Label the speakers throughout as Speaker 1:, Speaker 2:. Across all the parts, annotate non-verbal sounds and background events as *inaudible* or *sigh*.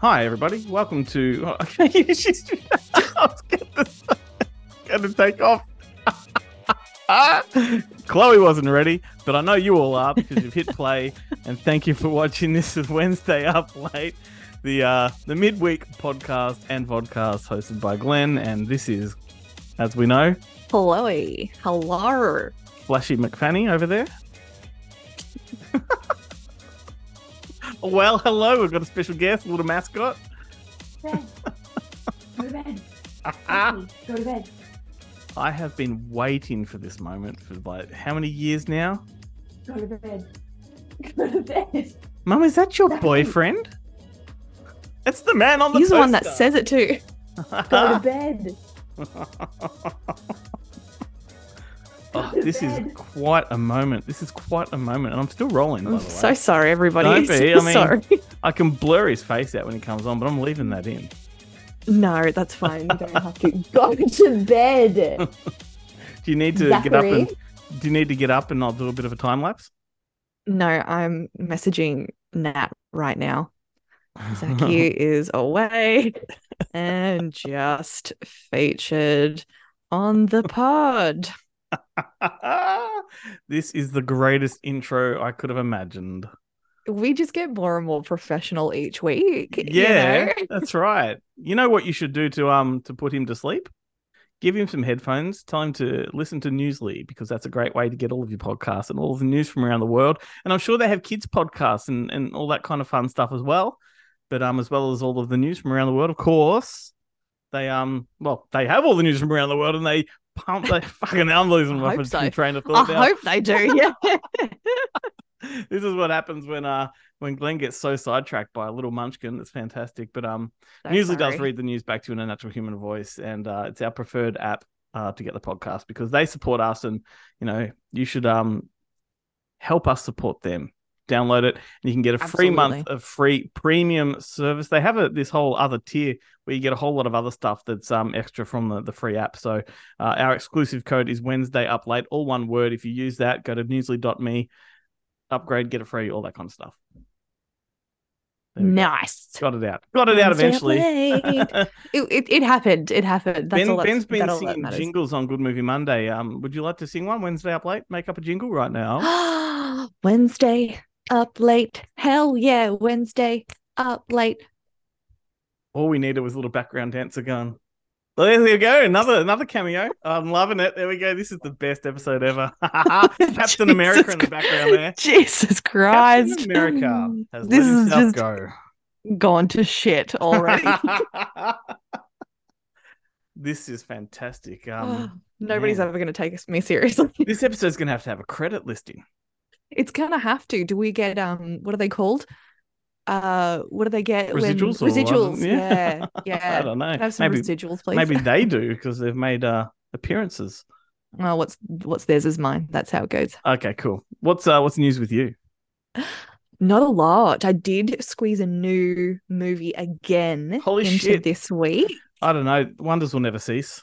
Speaker 1: Hi, everybody. Welcome to. *laughs* Oh, she's, I was *laughs* going to take off. *laughs* Chloe wasn't ready, but I know you all are because you've hit play. and thank you for watching. This *laughs* is Wednesday Up Late, the uh, the midweek podcast and vodcast hosted by Glenn. And this is, as we know,
Speaker 2: Chloe. Hello.
Speaker 1: Flashy McFanny over there. *laughs* well, hello. We've got a special guest, a little mascot.
Speaker 3: bed. Go to bed.
Speaker 1: Ah,
Speaker 3: Quickly, Go to bed.
Speaker 1: I have been waiting for this moment for like how many years now?
Speaker 3: Go to bed. Go to *laughs* bed.
Speaker 1: Mum, is that your
Speaker 3: Zachary.
Speaker 1: boyfriend? It's the man on the
Speaker 2: He's the one that
Speaker 1: poster.
Speaker 2: says it too.
Speaker 3: Go to bed.
Speaker 1: Oh, this is quite a moment. This is quite a moment, and I'm still rolling. By the
Speaker 2: I'm
Speaker 1: way,
Speaker 2: so sorry, everybody.
Speaker 1: Don't be,
Speaker 2: *laughs* So
Speaker 1: I mean-
Speaker 2: sorry.
Speaker 1: I can blur his face out when he comes on, but I'm leaving that in.
Speaker 2: No, that's fine. You don't have to.
Speaker 3: Go
Speaker 1: *laughs*
Speaker 3: to bed.
Speaker 1: Do you need to get up and do you need to get up and I'll do a bit of a time lapse?
Speaker 2: No, I'm messaging Nat right now.
Speaker 1: *laughs*
Speaker 2: Zaki is away and just featured on the pod.
Speaker 1: this is the greatest intro I could have imagined.
Speaker 2: We just get more and more professional each week. you
Speaker 1: Yeah,
Speaker 2: know?
Speaker 1: that's right. You know what you should do to um to put him to sleep? Give him some headphones. Tell him to listen to Newsly because that's a great way to get all of your podcasts and all of the news from around the world. And I'm sure they have kids podcasts and and all that kind of fun stuff as well. But um, as well as all of the news from around the world, of course, they um, well, they have all the news from around the world and they pump.
Speaker 2: *laughs*
Speaker 1: They fucking I'm losing
Speaker 2: I
Speaker 1: my
Speaker 2: hope so.
Speaker 1: fucking train of
Speaker 2: I
Speaker 1: thought. now
Speaker 2: hope
Speaker 1: *laughs*
Speaker 2: they do.
Speaker 3: *laughs*
Speaker 2: Yeah.
Speaker 1: this is what happens when uh when Glenn gets so sidetracked by a little munchkin. It's fantastic. But um
Speaker 2: So
Speaker 1: Newsly does
Speaker 2: sorry.
Speaker 1: read the news back to you in a natural human voice, and uh, it's our preferred app uh, to get the podcast because they support us, and you know you should um help us support them. Download it, and you can get a free month
Speaker 2: Absolutely.
Speaker 1: of free premium service. They have a, this whole other tier where you get a whole lot of other stuff that's um extra from the, the free app. So uh, our exclusive code is Wednesday up late, all one word. If you use that, go to newsly.me, upgrade, get it free, all that kind of stuff. There we go.
Speaker 2: Nice.
Speaker 1: Got it out. Got it out
Speaker 2: Wednesday
Speaker 1: eventually. *laughs*
Speaker 2: update. it, it, it happened. It happened. That's
Speaker 1: ben,
Speaker 2: all that's,
Speaker 1: Ben's been
Speaker 2: that all that
Speaker 1: singing
Speaker 2: matters.
Speaker 1: jingles on Good Movie Monday. Um, would you like to sing one Wednesday up late? Make up a jingle right
Speaker 2: *gasps*
Speaker 1: now. Oh.
Speaker 2: Wednesday up late. Hell yeah, Wednesday up late.
Speaker 1: All we needed was a little background dancer gun. Well, there you go. Another another cameo. I'm loving it. There we go. This is the best episode ever. *laughs* Ah, Captain America in the
Speaker 2: *laughs* Jesus
Speaker 1: background there.
Speaker 2: *laughs* Jesus Christ.
Speaker 1: Captain
Speaker 2: *laughs*
Speaker 1: America has let
Speaker 2: This is
Speaker 1: himself
Speaker 2: just
Speaker 1: go.
Speaker 2: gone to shit
Speaker 1: *laughs*
Speaker 2: already. Oh,
Speaker 1: this is fantastic.
Speaker 2: *sighs* Oh,
Speaker 1: Um,
Speaker 2: Nobody's
Speaker 1: man.
Speaker 2: ever going to take us- me seriously. *laughs*
Speaker 1: this episode's gonna have to have a credit listing.
Speaker 2: It's going to have to. Do we get um what are they called? Uh what do they get
Speaker 1: Residuals or
Speaker 2: when residuals?
Speaker 1: whatever. *laughs*
Speaker 2: Yeah. Yeah.
Speaker 1: I don't know.
Speaker 2: Can I have some
Speaker 1: Maybe
Speaker 2: residuals, please?
Speaker 1: maybe they
Speaker 2: *laughs*
Speaker 1: do because they've made uh appearances.
Speaker 2: Oh, what's what's theirs is mine. That's how it goes.
Speaker 1: Okay, cool. What's uh what's news with you?
Speaker 2: Not a lot. I did squeeze a new movie again
Speaker 1: Holy
Speaker 2: into
Speaker 1: shit.
Speaker 2: this week.
Speaker 1: I don't know. Wonders will never cease.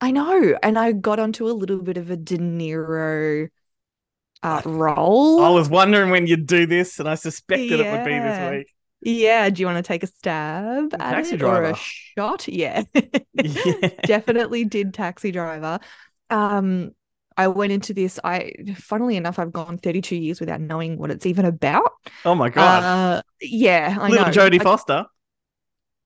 Speaker 2: I know, and I got onto a little bit of a De Niro uh, role.
Speaker 1: I was wondering when you'd do this, and I suspected it would be
Speaker 2: Yeah.
Speaker 1: this week.
Speaker 2: Yeah, do you want to take a stab
Speaker 1: The
Speaker 2: at
Speaker 1: Taxi
Speaker 2: it or
Speaker 1: Driver.
Speaker 2: a shot? Yeah,
Speaker 1: *laughs* Yeah.
Speaker 2: *laughs* definitely did Taxi Driver. Um, I went into this. I, funnily enough, I've gone 32 years without knowing what it's even about.
Speaker 1: Oh my god!
Speaker 2: Uh, yeah, I
Speaker 1: Little
Speaker 2: know.
Speaker 1: Jodie
Speaker 2: I-
Speaker 1: Foster,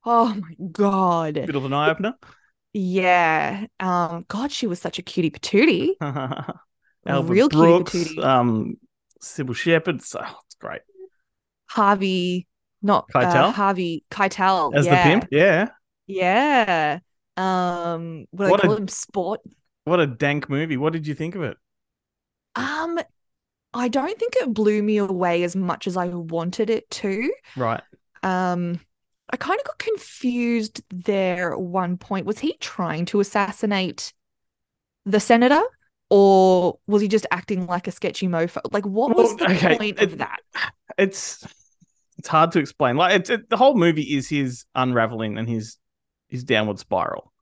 Speaker 2: oh my god.
Speaker 1: bit of an eye opener. *laughs*
Speaker 2: Yeah. Um, God, she was such a cutie patootie.
Speaker 1: Albert
Speaker 2: Real cutie
Speaker 1: Brooks,
Speaker 2: patootie.
Speaker 1: um, Sybil Shepherd. So it's great
Speaker 2: Harvey, not uh,
Speaker 1: Keitel?
Speaker 2: Harvey Keitel.
Speaker 1: as
Speaker 2: yeah.
Speaker 1: the pimp. Yeah,
Speaker 2: Yeah. Um, what, do
Speaker 1: What
Speaker 2: I call
Speaker 1: a-
Speaker 2: him? Sport.
Speaker 1: what a dank movie. What did you think of it?
Speaker 2: Um, I don't think it blew me away as much as I wanted it to.
Speaker 1: Right.
Speaker 2: Um, I kind of got confused there at one point. Was he trying to assassinate the senator? Or was he just acting like a sketchy mofo? Like, what was
Speaker 1: Well,
Speaker 2: the
Speaker 1: okay,
Speaker 2: point
Speaker 1: it-
Speaker 2: of that?
Speaker 1: It's it's hard to explain. Like it's it, the whole movie is his unraveling and his his downward spiral,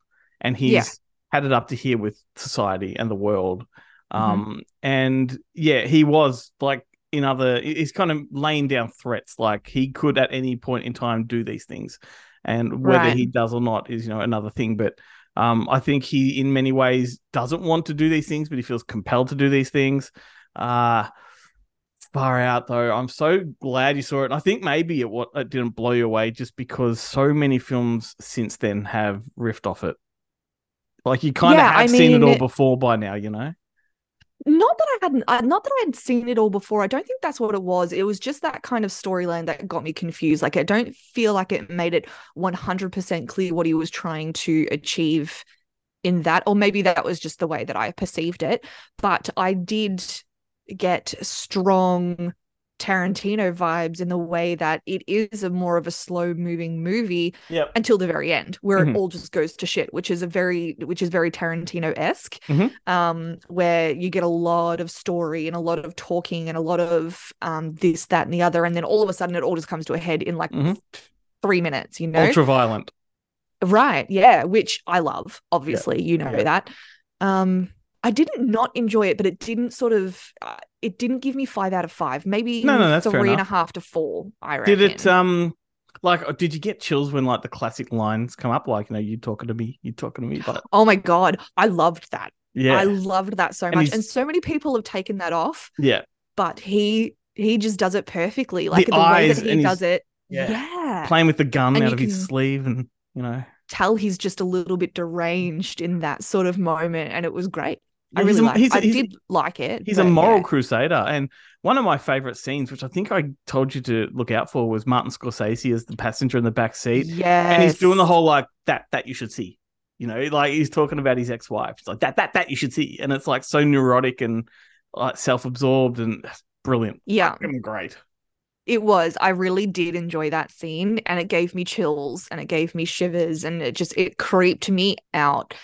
Speaker 1: and he's
Speaker 2: Yeah.
Speaker 1: had it up to
Speaker 2: Mm-hmm.
Speaker 1: here with society and the world. Um, and yeah, he was like in other he- he's kind of laying down threats like he could at any point in time do these things and whether
Speaker 2: Right.
Speaker 1: he does or not is you know another thing but um i think he in many ways doesn't want to do these things but he feels compelled to do these things uh far out though i'm so glad you saw it and i think maybe it what it didn't blow you away just because so many films since then have riffed off it like you kind of
Speaker 2: Yeah,
Speaker 1: have
Speaker 2: I
Speaker 1: seen it all
Speaker 2: mean-
Speaker 1: before by now you know
Speaker 2: Not that I hadn't, uh, not that I had seen it all before. I don't think that's what it was. It was just that kind of storyline that got me confused. Like, I don't feel like it made it 100% clear what he was trying to achieve in that. Or maybe that was just the way that I perceived it. But I did get strong Tarantino vibes in the way that it is a more of a slow moving movie
Speaker 1: yep
Speaker 2: until the very end where
Speaker 1: Mhm.
Speaker 2: it all just goes to shit which is a very which is very tarantino-esque
Speaker 1: Mhm.
Speaker 2: um where you get a lot of story and a lot of talking and a lot of um this that and the other and then all of a sudden it all just comes to a head in like
Speaker 1: Mhm.
Speaker 2: three minutes you know
Speaker 1: ultra violent
Speaker 2: right yeah which i love obviously you know
Speaker 1: yeah.
Speaker 2: that um i didn't not enjoy it but it didn't sort of uh, it didn't give me five out of five maybe
Speaker 1: No, no, that's fair
Speaker 2: three and a
Speaker 1: enough.
Speaker 2: half to four i reckon
Speaker 1: did it um like uh, did you get chills when like the classic lines come up like you know you talking to me you talking to me
Speaker 2: *gasps*
Speaker 1: but
Speaker 2: oh my god i loved that
Speaker 1: yeah
Speaker 2: I loved that so
Speaker 1: And
Speaker 2: much.
Speaker 1: he's-
Speaker 2: And so many people have taken that off,
Speaker 1: yeah
Speaker 2: but he he just does it perfectly. Like the, way
Speaker 1: eyes
Speaker 2: that
Speaker 1: and
Speaker 2: he
Speaker 1: he's-
Speaker 2: does it.
Speaker 1: yeah.
Speaker 2: Yeah.
Speaker 1: playing with the gun
Speaker 2: And
Speaker 1: out
Speaker 2: you
Speaker 1: of
Speaker 2: can-
Speaker 1: his sleeve and you know
Speaker 2: Tell he's just a little bit deranged in that sort of moment. And it was great. I
Speaker 1: Yeah,
Speaker 2: really
Speaker 1: he's a-
Speaker 2: liked
Speaker 1: he's a-
Speaker 2: I
Speaker 1: he's a-
Speaker 2: did like it.
Speaker 1: He's
Speaker 2: but
Speaker 1: a moral
Speaker 2: yeah.
Speaker 1: crusader. And one of my favorite scenes, which I think I told you to look out for, was Martin Scorsese as the passenger in the back seat.
Speaker 2: Yes.
Speaker 1: And he's doing the whole like that, that you should see. You know, like he's talking about his ex wife. It's like that, that, that you should see. And it's like so neurotic and like self absorbed and brilliant.
Speaker 2: Yeah.
Speaker 1: Fucking great.
Speaker 2: It was. I really did enjoy that scene and it gave me chills and it gave me shivers and it just it creeped me out.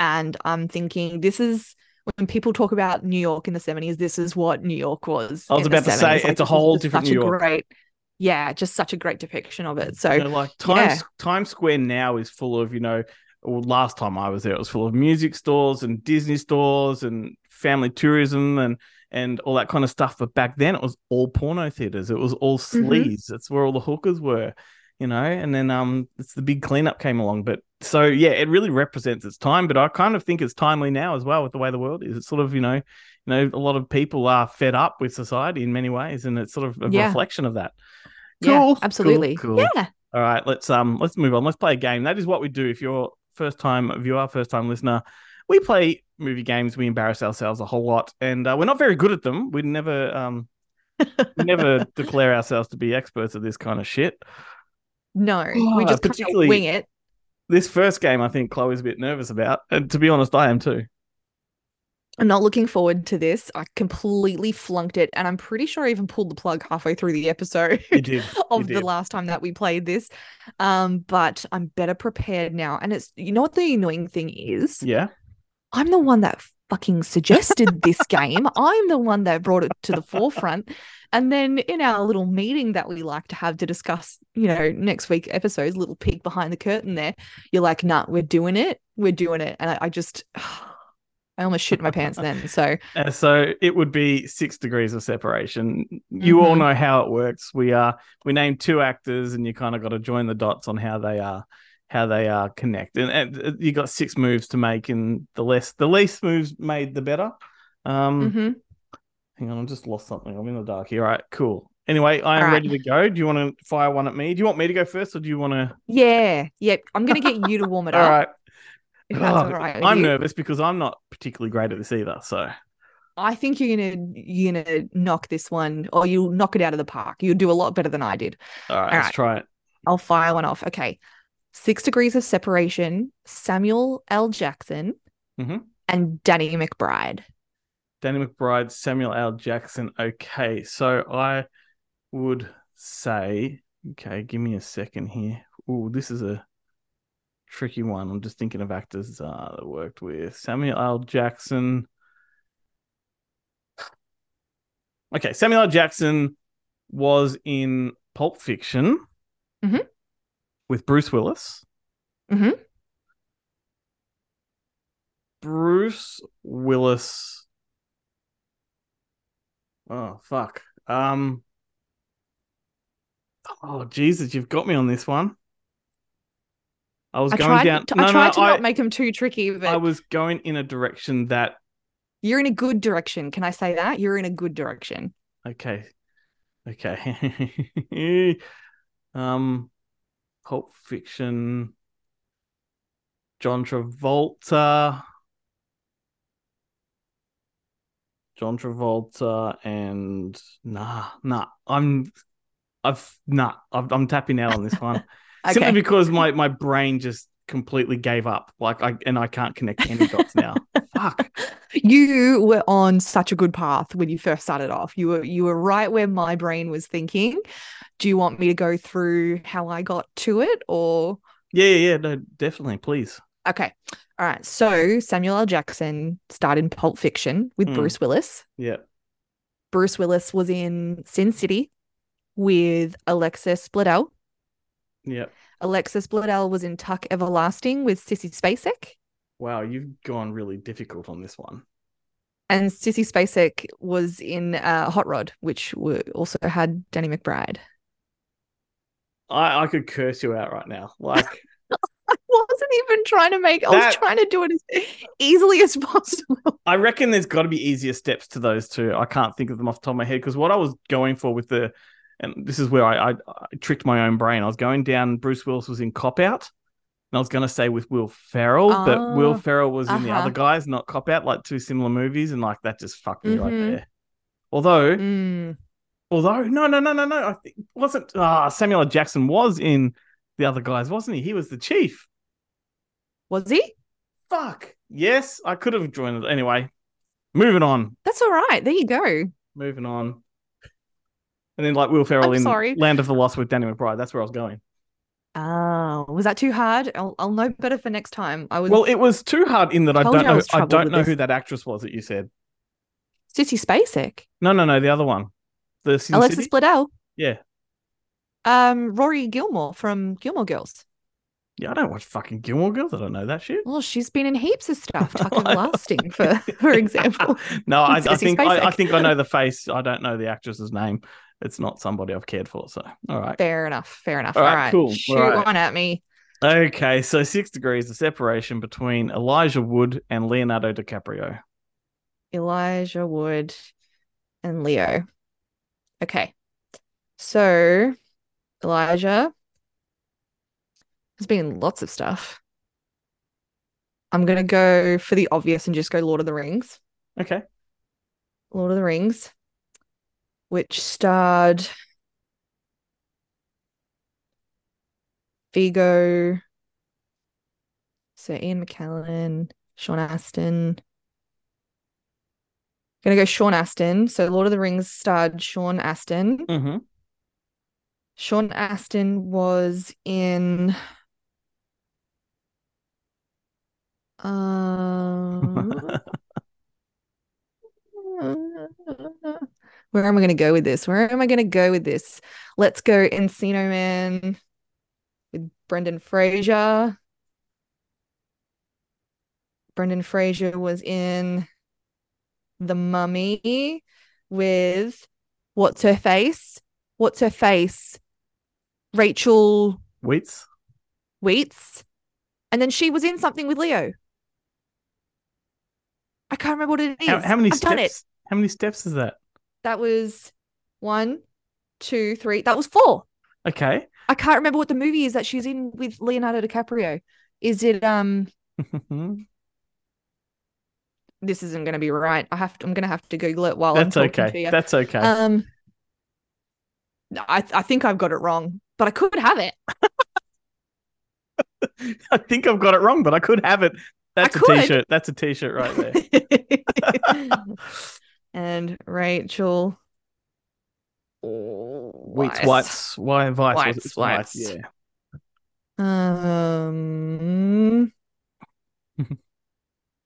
Speaker 2: And I'm thinking this is when people talk about New York in the 70s, this is what New York was.
Speaker 1: I was
Speaker 2: in the
Speaker 1: about to say,
Speaker 2: 70s.
Speaker 1: it's a
Speaker 2: it was
Speaker 1: whole
Speaker 2: just
Speaker 1: different
Speaker 2: such
Speaker 1: New
Speaker 2: a
Speaker 1: York.
Speaker 2: great yeah, just such a great depiction of it. So
Speaker 1: You know, like Times
Speaker 2: yeah.
Speaker 1: Times Square now is full of you know. Well, last time I was there, it was full of music stores and Disney stores and family tourism and and all that kind of stuff. But back then, it was all porno theaters. It was all
Speaker 2: Mhm.
Speaker 1: sleaze. That's where all the hookers were, you know. And then um, it's the big cleanup came along. But so yeah, it really represents its time. But I kind of think it's timely now as well with the way the world is. It's sort of you know, you know, a lot of people are fed up with society in many ways, and it's sort of a
Speaker 2: Yeah.
Speaker 1: reflection of that.
Speaker 2: yeah,
Speaker 1: Cool, cool,
Speaker 2: absolutely.
Speaker 1: cool.
Speaker 2: Yeah.
Speaker 1: All right, let's um let's move on. Let's play a game. That is what we do. If you're first time viewer, first time listener, we play movie games. We embarrass ourselves a whole lot, and uh, we're not very good at them. We never um we never declare ourselves to be experts at this kind of shit.
Speaker 2: No, we
Speaker 1: Ah,
Speaker 2: just kind
Speaker 1: particularly-
Speaker 2: of wing it.
Speaker 1: This first game, I think Chloe's a bit nervous about, and to be honest, I am too.
Speaker 2: I'm not looking forward to this. I completely flunked it and I'm pretty sure I even pulled the plug halfway through the episode. *laughs*
Speaker 1: You did.
Speaker 2: of the
Speaker 1: did.
Speaker 2: last time that we played this. Um, but I'm better prepared now. And it's you know what the annoying thing is?
Speaker 1: yeah.
Speaker 2: I'm the one that fucking suggested this
Speaker 1: *laughs*
Speaker 2: game. I'm the one that brought it to the forefront. And then in our little meeting that we like to have to discuss, you know, next week episodes, little peek behind the curtain there, you're like, nah, we're doing it. We're doing it. And I, I just *sighs* I almost shit my pants then. So
Speaker 1: Uh, so it would be six degrees of separation. You all
Speaker 2: Mhm.
Speaker 1: know how it works. We are we name two actors, and you kind of got to join the dots on how they are how they are connected. And, and uh, you got six moves to make, and the less the least moves made, the better. Um,
Speaker 2: mhm.
Speaker 1: hang on, I just lost something. I'm in the dark here. All right, cool. Anyway, I am
Speaker 2: All right.
Speaker 1: ready to go. Do you want to fire one at me? Do you want me to go first, or do you want to?
Speaker 2: yeah, yep. I'm gonna get you to warm it
Speaker 1: All
Speaker 2: up.
Speaker 1: right,
Speaker 2: If that's
Speaker 1: Oh,
Speaker 2: all right. with
Speaker 1: I'm
Speaker 2: you.
Speaker 1: nervous because I'm not particularly great at this either. So
Speaker 2: I think you're gonna you're gonna knock this one, or you'll knock it out of the park. You'll do a lot better than I did.
Speaker 1: all right,
Speaker 2: All
Speaker 1: let's
Speaker 2: right.
Speaker 1: try it.
Speaker 2: I'll fire one off. Okay, Six Degrees of Separation, Samuel L. Jackson,
Speaker 1: Mhm.
Speaker 2: and Danny McBride.
Speaker 1: Danny McBride, Samuel L. Jackson. Okay, so I would say, okay, give me a second here. Ooh, this is a tricky one. I'm just thinking of actors uh, that worked with Samuel L. Jackson. Okay, Samuel L. Jackson was in Pulp Fiction
Speaker 2: Mhm.
Speaker 1: with Bruce Willis.
Speaker 2: Mhm.
Speaker 1: Bruce Willis. Oh fuck. Um. Oh Jesus, you've got me on this one. I was
Speaker 2: I
Speaker 1: going
Speaker 2: tried,
Speaker 1: down.
Speaker 2: to,
Speaker 1: no,
Speaker 2: I
Speaker 1: no,
Speaker 2: tried to
Speaker 1: I,
Speaker 2: not make them too tricky, but
Speaker 1: I was going in a direction that
Speaker 2: you're in a good direction. Can I say that? You're in a good direction.
Speaker 1: okay, okay. *laughs* um, Pulp Fiction. John Travolta. John Travolta and nah, nah. I'm, I've nah. I've, I'm tapping out on this one.
Speaker 2: Okay.
Speaker 1: simply because my my brain just completely gave up. Like I and I can't connect any dots now. Fuck.
Speaker 2: you were on such a good path when you first started off. You were you were right where my brain was thinking. Do you want me to go through how I got to it or
Speaker 1: Yeah, yeah, yeah, no, definitely, please.
Speaker 2: okay. All right. So Samuel L. Jackson started in Pulp Fiction with
Speaker 1: Hmm.
Speaker 2: Bruce Willis.
Speaker 1: Yeah.
Speaker 2: Bruce Willis was in Sin City with Alexis Bledel.
Speaker 1: Yeah.
Speaker 2: Alexis Bledel was in Tuck Everlasting with Sissy Spacek.
Speaker 1: Wow, you've gone really difficult on this one.
Speaker 2: And Sissy Spacek was in uh, Hot Rod, which were, also had Danny McBride. *laughs*
Speaker 1: I, I could curse you out right now. Like
Speaker 2: *laughs* I wasn't even trying to make, I was
Speaker 1: That-
Speaker 2: trying to do it as easily as possible.
Speaker 1: I reckon there's got to be easier steps to those two. I can't think of them off the top of my head because what I was going for with the, and this is where I, I, I tricked my own brain. I was going down. Bruce Willis was in Cop Out, and I was going to say with Will Ferrell, but Will
Speaker 2: Ah,
Speaker 1: Ferrell was in the
Speaker 2: uh-huh.
Speaker 1: other guys, not Cop Out, like two similar movies, and like that just fucked me right
Speaker 2: Mhm.
Speaker 1: there. Although, Hmm.
Speaker 2: Mm,
Speaker 1: although no, no, no, no, no, I think wasn't ah Samuel L. Jackson was in the other guys, wasn't he? He was the chief.
Speaker 2: was he?
Speaker 1: Fuck. Yes, I could have joined it anyway. Moving on.
Speaker 2: That's all right. There you go.
Speaker 1: Moving on. And then like Will Ferrell
Speaker 2: I'm
Speaker 1: in
Speaker 2: sorry.
Speaker 1: Land of the Lost with Danny McBride. That's where I was going.
Speaker 2: Oh, was that too hard? I'll, I'll know better for next time. I was
Speaker 1: Ah. Well, it was too hard in that I
Speaker 2: Told
Speaker 1: don't
Speaker 2: you I
Speaker 1: know
Speaker 2: was
Speaker 1: I,
Speaker 2: troubled
Speaker 1: don't
Speaker 2: with
Speaker 1: know
Speaker 2: this.
Speaker 1: who that actress was that you said.
Speaker 2: Sissy Spacek,
Speaker 1: No, no, no, the other one. The Sin
Speaker 2: Alexis
Speaker 1: City?
Speaker 2: Bledel,
Speaker 1: Yeah.
Speaker 2: um, Rory Gilmore from Gilmore Girls.
Speaker 1: Yeah, I don't watch fucking Gilmore Girls. I don't know that shit.
Speaker 2: Well, she's been in heaps of
Speaker 1: *laughs*
Speaker 2: stuff, Tuck
Speaker 1: I know.
Speaker 2: Everlasting, for *laughs*
Speaker 1: *laughs*
Speaker 2: for example. *laughs*
Speaker 1: No, I, I
Speaker 2: Sissy
Speaker 1: think I, I
Speaker 2: Spacek.
Speaker 1: think I know the face. I don't know the actress's name. It's not somebody I've cared for. So all right.
Speaker 2: Fair enough. Fair enough.
Speaker 1: All
Speaker 2: All
Speaker 1: right,
Speaker 2: right,
Speaker 1: cool.
Speaker 2: shoot
Speaker 1: All right.
Speaker 2: one at me.
Speaker 1: Okay, so six degrees, the separation between Elijah Wood and Leonardo DiCaprio.
Speaker 2: Elijah Wood and Leo. Okay. So Elijah has been in lots of stuff. I'm going to go for the obvious and just go Lord of the Rings.
Speaker 1: Okay.
Speaker 2: Lord of the Rings, which starred Vigo, Sir Ian McKellen, Sean Astin. Gonna go Sean Astin. So Lord of the Rings starred Sean Astin.
Speaker 1: Mm-hmm.
Speaker 2: Sean Astin was in
Speaker 1: *laughs*
Speaker 2: um Where am I going to go with this? Where am I going to go with this? Let's go Encino Man with Brendan Fraser. Brendan Fraser was in The Mummy with what's her face? What's her face? Rachel
Speaker 1: Wheats.
Speaker 2: Wheats. And then she was in something with Leo. I can't remember what it is.
Speaker 1: How, how many
Speaker 2: I've
Speaker 1: steps?
Speaker 2: done it.
Speaker 1: How many steps is that?
Speaker 2: That was one, two, three. That was four.
Speaker 1: Okay. *laughs*
Speaker 2: I can't remember what the movie is that she's in with Leonardo DiCaprio. Is it um this isn't gonna be right. I have to I'm gonna have to Google it while
Speaker 1: That's
Speaker 2: I'm talking to
Speaker 1: okay.
Speaker 2: you.
Speaker 1: That's okay.
Speaker 2: Um no, I I think I've got it wrong, but I could have it.
Speaker 1: *laughs* I think I've got it wrong, but I could have it. That's a
Speaker 2: could.
Speaker 1: shirt That's a t-shirt right there.
Speaker 2: *laughs* and Rachel
Speaker 1: Wheats, whites,
Speaker 2: Weiss.
Speaker 1: why vice? was it?
Speaker 2: Whites,
Speaker 1: It's whites,
Speaker 2: whites.
Speaker 1: Yeah. *laughs*
Speaker 2: Um,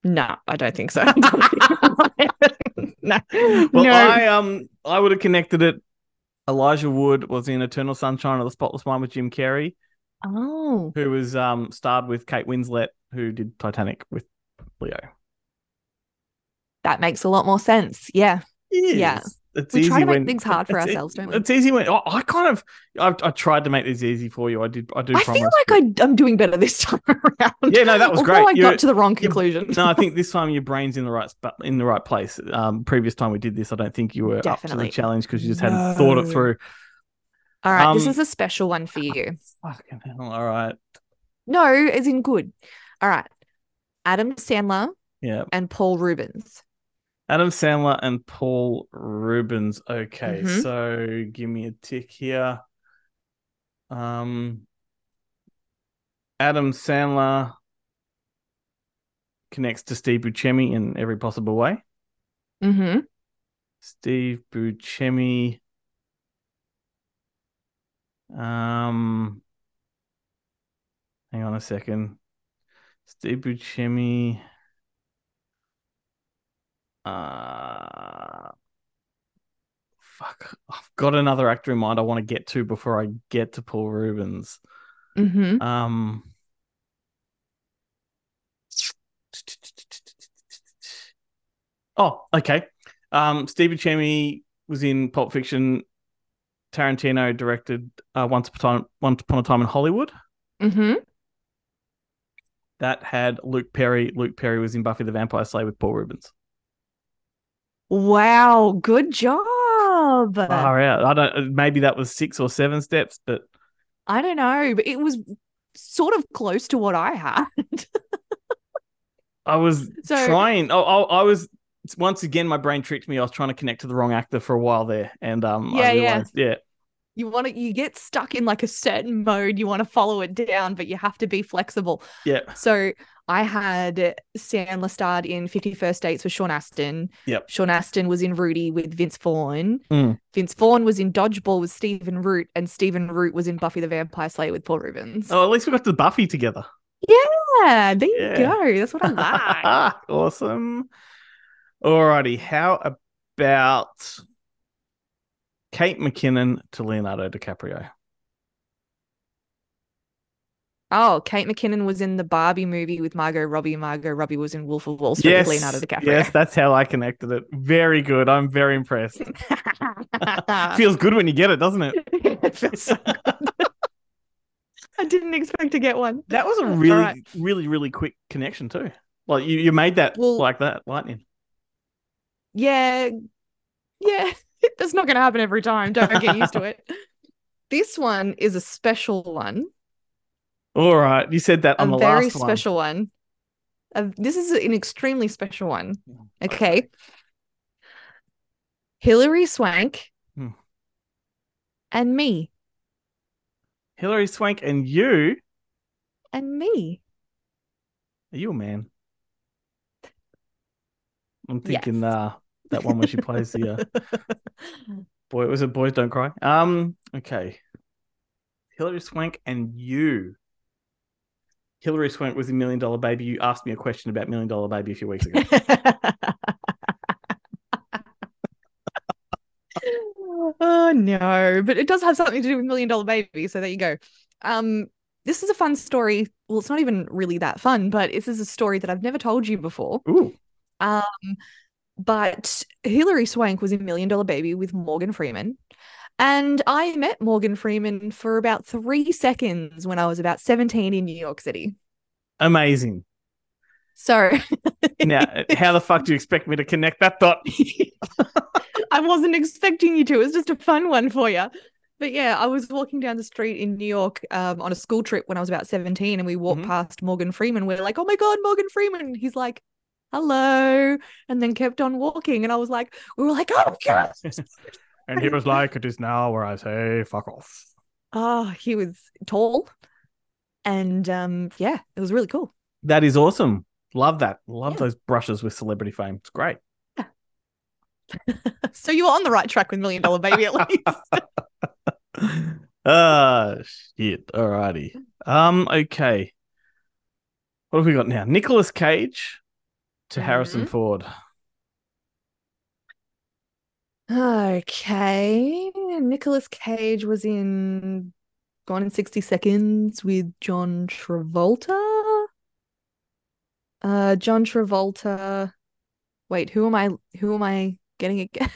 Speaker 2: no, I don't
Speaker 1: *laughs*
Speaker 2: think so. no,
Speaker 1: Well,
Speaker 2: *laughs* no.
Speaker 1: I um, I would have connected it. Elijah Wood was in Eternal Sunshine of the Spotless Mind with Jim Carrey,
Speaker 2: Oh,
Speaker 1: who was um starred with Kate Winslet, who did Titanic with Leo.
Speaker 2: that makes a lot more sense. Yeah,
Speaker 1: Yes. It's
Speaker 2: we
Speaker 1: easy
Speaker 2: try to make
Speaker 1: when
Speaker 2: things hard for
Speaker 1: it's e-
Speaker 2: ourselves, don't we?
Speaker 1: It's easy when I, I kind of I, I tried to make these easy for you. I did. I do.
Speaker 2: I
Speaker 1: promise.
Speaker 2: feel like I, I'm doing better this *laughs* time around.
Speaker 1: Yeah, no, that was
Speaker 2: Although
Speaker 1: great.
Speaker 2: I
Speaker 1: You-
Speaker 2: got to the wrong conclusion.
Speaker 1: no, I think this time your brain's in the right spot, in the right place. Um, previous time we did this, I don't think you were up to
Speaker 2: Definitely.
Speaker 1: the challenge because you just hadn't thought it
Speaker 2: No.
Speaker 1: through.
Speaker 2: All right, this
Speaker 1: um,
Speaker 2: is a special one for you.
Speaker 1: Fucking hell! All right,
Speaker 2: No, as in good. All right. Adam Sandler
Speaker 1: yeah.
Speaker 2: and Paul Rubens.
Speaker 1: Adam Sandler and Paul Rubens. Okay,
Speaker 2: Mhm.
Speaker 1: so give me a tick here. Um, Adam Sandler connects to Steve Buscemi in every possible way.
Speaker 2: Mm-hmm.
Speaker 1: Steve Buscemi. Um, hang on a second. Steve Buscemi. Uh, fuck. I've got another actor in mind I want to get to before I get to Paul Rubens.
Speaker 2: Mm-hmm.
Speaker 1: Um. Oh, okay. Um, Steve Buscemi was in Pulp Fiction. Tarantino directed uh, Once Upon a Time, Once Upon a Time in Hollywood.
Speaker 2: Mm-hmm.
Speaker 1: That had Luke Perry. Luke Perry was in Buffy the Vampire Slayer with Paul Rubens.
Speaker 2: Wow, good job.
Speaker 1: Far out. Oh, I don't. Maybe that was six or seven steps, but
Speaker 2: I don't know, but it was sort of close to what I had. *laughs*
Speaker 1: I was
Speaker 2: So-
Speaker 1: trying. Oh, I, I was once again. My brain tricked me. I was trying to connect to the wrong actor for a while there, and um, I
Speaker 2: Yeah, yeah.
Speaker 1: realized, yeah,
Speaker 2: You want to you get stuck in like a certain mode, you want to follow it down, but you have to be flexible.
Speaker 1: yeah.
Speaker 2: So I had Sandler starred in 51st Dates with Sean Astin.
Speaker 1: Yep.
Speaker 2: Sean Astin was in Rudy with Vince Vaughn.
Speaker 1: Mm.
Speaker 2: Vince Vaughn was in Dodgeball with Stephen Root, and Stephen Root was in Buffy the Vampire Slayer with Paul Rubens.
Speaker 1: Oh, at least we got the Buffy together.
Speaker 2: Yeah, there
Speaker 1: Yeah.
Speaker 2: you go.
Speaker 1: *laughs*
Speaker 2: That's what I like.
Speaker 1: awesome. Alrighty, how about Kate McKinnon to Leonardo DiCaprio?
Speaker 2: oh, Kate McKinnon was in the Barbie movie with Margot Robbie. Margot Robbie was in Wolf of Wall Street with Leonardo DiCaprio.
Speaker 1: Yes, that's how I connected it. Very good. I'm very impressed.
Speaker 2: *laughs*
Speaker 1: Feels good when you get it, doesn't it?
Speaker 2: It feels *laughs* so- I didn't expect to get one.
Speaker 1: that was a
Speaker 2: All
Speaker 1: really,
Speaker 2: right.
Speaker 1: really, really quick connection too. Like you, you made that
Speaker 2: Well-
Speaker 1: like that lightning.
Speaker 2: Yeah. Yeah. *laughs* That's not going to happen every time. Don't get used to it. *laughs* This one is a special one,
Speaker 1: All right, you said that on
Speaker 2: a
Speaker 1: the
Speaker 2: very
Speaker 1: last one.
Speaker 2: special one. Uh, this is an extremely special one. Okay. Hillary Swank
Speaker 1: Hmm.
Speaker 2: and me
Speaker 1: Hillary Swank and you.
Speaker 2: and me.
Speaker 1: Are you a man? I'm
Speaker 2: Yes.
Speaker 1: thinking uh, that one where she plays the
Speaker 2: *laughs*
Speaker 1: uh, boy. Was it Boys Don't Cry? Um. Okay. Hillary Swank and you. Hillary Swank was in Million Dollar Baby. You asked me a question about Million Dollar Baby a few
Speaker 2: *laughs*
Speaker 1: weeks ago.
Speaker 2: oh no, but it does have something to do with Million Dollar Baby, so there you go. Um, this is a fun story. Well, it's not even really that fun, but this is a story that I've never told you before.
Speaker 1: Ooh.
Speaker 2: Um, but Hilary Swank was in Million Dollar Baby with Morgan Freeman. And I met Morgan Freeman for about three seconds when I was about 17 in New York City.
Speaker 1: Amazing.
Speaker 2: So
Speaker 1: Now, how the fuck do you expect me to connect that dot?
Speaker 2: *laughs* I wasn't expecting you to. It was just a fun one for you. But yeah, I was walking down the street in New York um, on a school trip when I was about 17, and we walked
Speaker 1: Mhm.
Speaker 2: past Morgan Freeman. We're like, oh my God, Morgan Freeman. He's like, hello. And then kept on walking. And I was like, we were like, oh my God.
Speaker 1: And he was like, "It is now where I say fuck off."
Speaker 2: Oh, he was tall. And um, yeah, it was really cool. *laughs*
Speaker 1: That is awesome. Love that. Love
Speaker 2: Yeah.
Speaker 1: those brushes with celebrity fame. It's great.
Speaker 2: So you were on the right track with Million Dollar Baby at least.
Speaker 1: Ah, shit. Alrighty. Um, okay. What have we got now? Nicolas Cage to
Speaker 2: Mm-hmm.
Speaker 1: Harrison Ford.
Speaker 2: Okay. Nicolas Cage was in Gone in 60 Seconds with John Travolta. Uh John Travolta. Wait, who am I who am I getting again?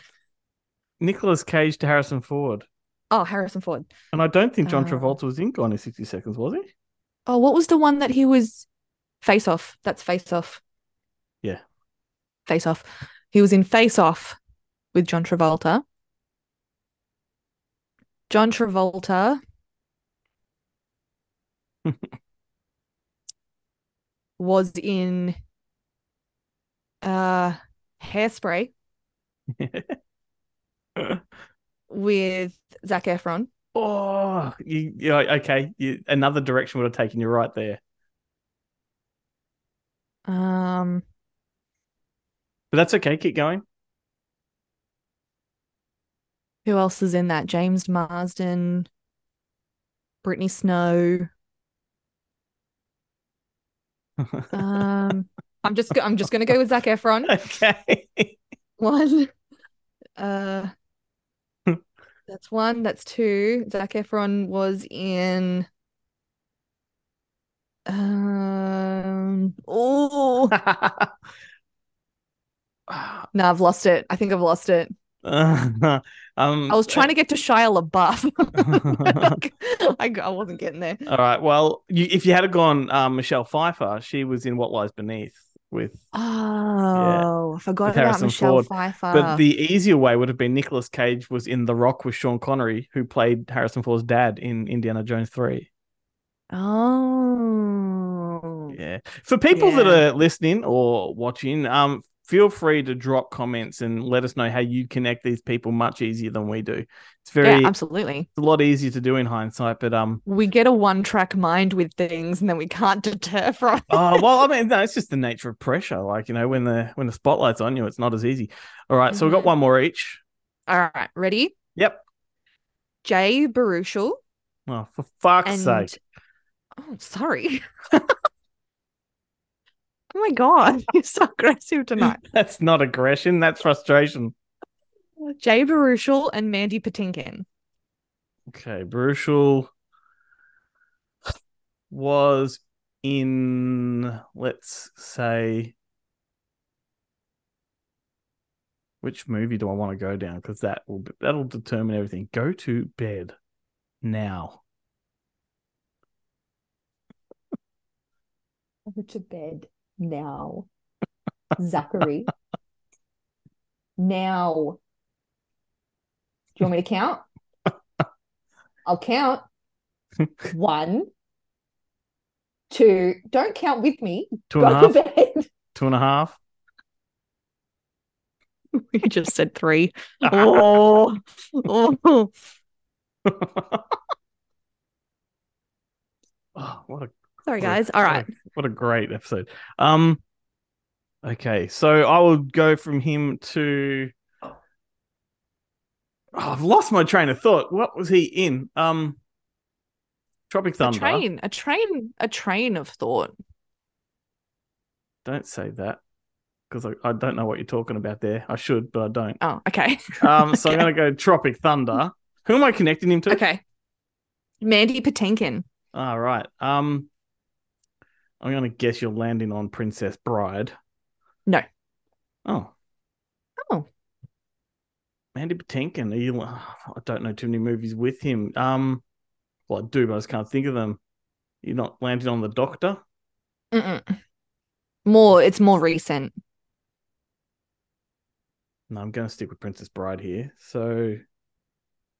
Speaker 1: Nicolas Cage to Harrison Ford.
Speaker 2: *laughs* Oh, Harrison Ford.
Speaker 1: And I don't think John
Speaker 2: Uh.
Speaker 1: Travolta was in Gone in 60 Seconds, was he?
Speaker 2: Oh, what was the one that he was Face Off? That's Face Off.
Speaker 1: Yeah.
Speaker 2: Face Off. He was in Face Off with John Travolta. John Travolta was in uh Hairspray with Zach Efron.
Speaker 1: Oh, you, yeah, okay. You, another direction would have taken you right there.
Speaker 2: Um
Speaker 1: But that's okay. Keep going. *laughs*
Speaker 2: Who else is in that? James Marsden, Brittany Snow. Um, I'm just go- I'm just gonna go with Zach
Speaker 1: *laughs*
Speaker 2: Efron. *laughs*
Speaker 1: okay.
Speaker 2: One, uh, that's one. That's two. Zach Efron was in. Um. Oh, no, I've lost it. I think I've lost it.
Speaker 1: um,
Speaker 2: I was trying to get to Shia LaBeouf.
Speaker 1: *laughs*
Speaker 2: *laughs* I, I wasn't getting there.
Speaker 1: All right. Well, you, if you had gone um, Michelle Pfeiffer, she was in What Lies Beneath with.
Speaker 2: Oh, I forgot
Speaker 1: With
Speaker 2: about
Speaker 1: Harrison
Speaker 2: Michelle
Speaker 1: Ford.
Speaker 2: Pfeiffer.
Speaker 1: But the easier way would have been Nicolas Cage was in The Rock with Sean Connery, who played Harrison Ford's dad in Indiana Jones 3.
Speaker 2: Oh.
Speaker 1: Yeah. For people that
Speaker 2: Yeah.
Speaker 1: are listening or watching, um, feel free to drop comments and let us know how you connect these people much easier than we do. It's very
Speaker 2: Yeah,
Speaker 1: it's
Speaker 2: absolutely.
Speaker 1: a lot easier to do in hindsight, but
Speaker 2: *laughs*
Speaker 1: um
Speaker 2: We get a one track mind with things and then we can't *laughs* deter from
Speaker 1: oh well, I mean, no, it's just the nature of pressure. Like, you know, when the when the spotlight's on you, it's not as easy. All right, so we've got
Speaker 2: Mhm.
Speaker 1: one more each.
Speaker 2: All right, ready?
Speaker 1: Yep.
Speaker 2: Jay Baruchel
Speaker 1: Oh, for fuck's
Speaker 2: and
Speaker 1: sake.
Speaker 2: Oh, sorry. *laughs* oh my god, *laughs* you're so
Speaker 1: *laughs*
Speaker 2: aggressive tonight.
Speaker 1: That's not aggression, that's frustration.
Speaker 2: Jay Baruchel and Mandy Patinkin. *laughs*
Speaker 1: Okay, Bruchel was in, let's say, which movie do I want to go down? Because that will that'll determine everything. Go to bed now.
Speaker 3: Go to bed now. Zachary. now. Do you want me
Speaker 1: *laughs*
Speaker 3: to count? I'll count. One, two. Don't count with me.
Speaker 1: Two and a
Speaker 3: Go to
Speaker 1: half.
Speaker 3: bed.
Speaker 1: Two and a half.
Speaker 2: You just
Speaker 1: *laughs*
Speaker 2: said three. oh, oh. *laughs*
Speaker 1: Oh, what a
Speaker 2: Sorry,
Speaker 1: What a-
Speaker 2: guys. All
Speaker 1: what a-
Speaker 2: right.
Speaker 1: What a great episode. Um okay, so I will go from him to Oh, I've lost my train of thought. What was he in? Um Tropic Thunder.
Speaker 2: A train, a train, a train of thought.
Speaker 1: Don't say that. Because I, I don't know what you're talking about there. I should, but I
Speaker 2: *laughs*
Speaker 1: don't.
Speaker 2: Oh, okay.
Speaker 1: Um so I'm
Speaker 2: Okay.
Speaker 1: gonna go Tropic Thunder. Who am I connecting him to?
Speaker 2: Okay. Mandy Patinkin.
Speaker 1: All right. Um I'm gonna guess you're landing on Princess Bride.
Speaker 2: No.
Speaker 1: Oh.
Speaker 2: Oh.
Speaker 1: Mandy Patinkin. Are you, *sighs* I don't know too many movies with him. Um, well, I do, but I just can't think of them. You're not landing on the Doctor.
Speaker 2: Mm-mm. More, it's more recent.
Speaker 1: No, I'm going to stick with Princess Bride here. So,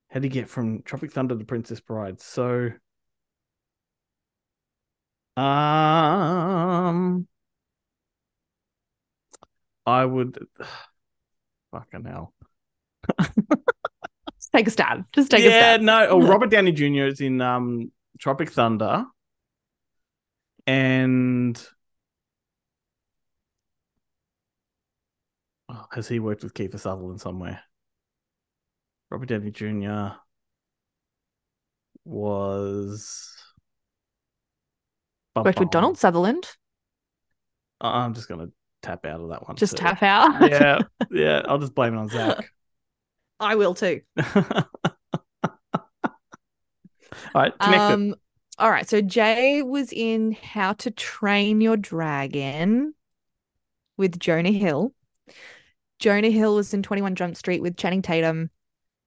Speaker 1: how do you get from Tropic Thunder to Princess Bride? So, um, I would. *sighs* Fucking hell.
Speaker 2: Just take a stab. Just take
Speaker 1: yeah,
Speaker 2: a stab.
Speaker 1: no.
Speaker 2: *laughs*
Speaker 1: Oh, Robert Downey Jr. is in um, Tropic Thunder, and oh, has he worked with Kiefer Sutherland somewhere? Robert Downey Jr. was
Speaker 2: Worked with Donald Sutherland.
Speaker 1: I- I'm just gonna tap out of that one.
Speaker 2: Just
Speaker 1: too.
Speaker 2: tap out.
Speaker 1: yeah, yeah. I'll just blame it on Zach.
Speaker 2: *laughs*
Speaker 1: *laughs*
Speaker 2: I will too.
Speaker 1: All right, connect it.
Speaker 2: Um, all right. So Jay was in How to Train Your Dragon with Jonah Hill. Jonah Hill was in 21 Jump Street with Channing Tatum.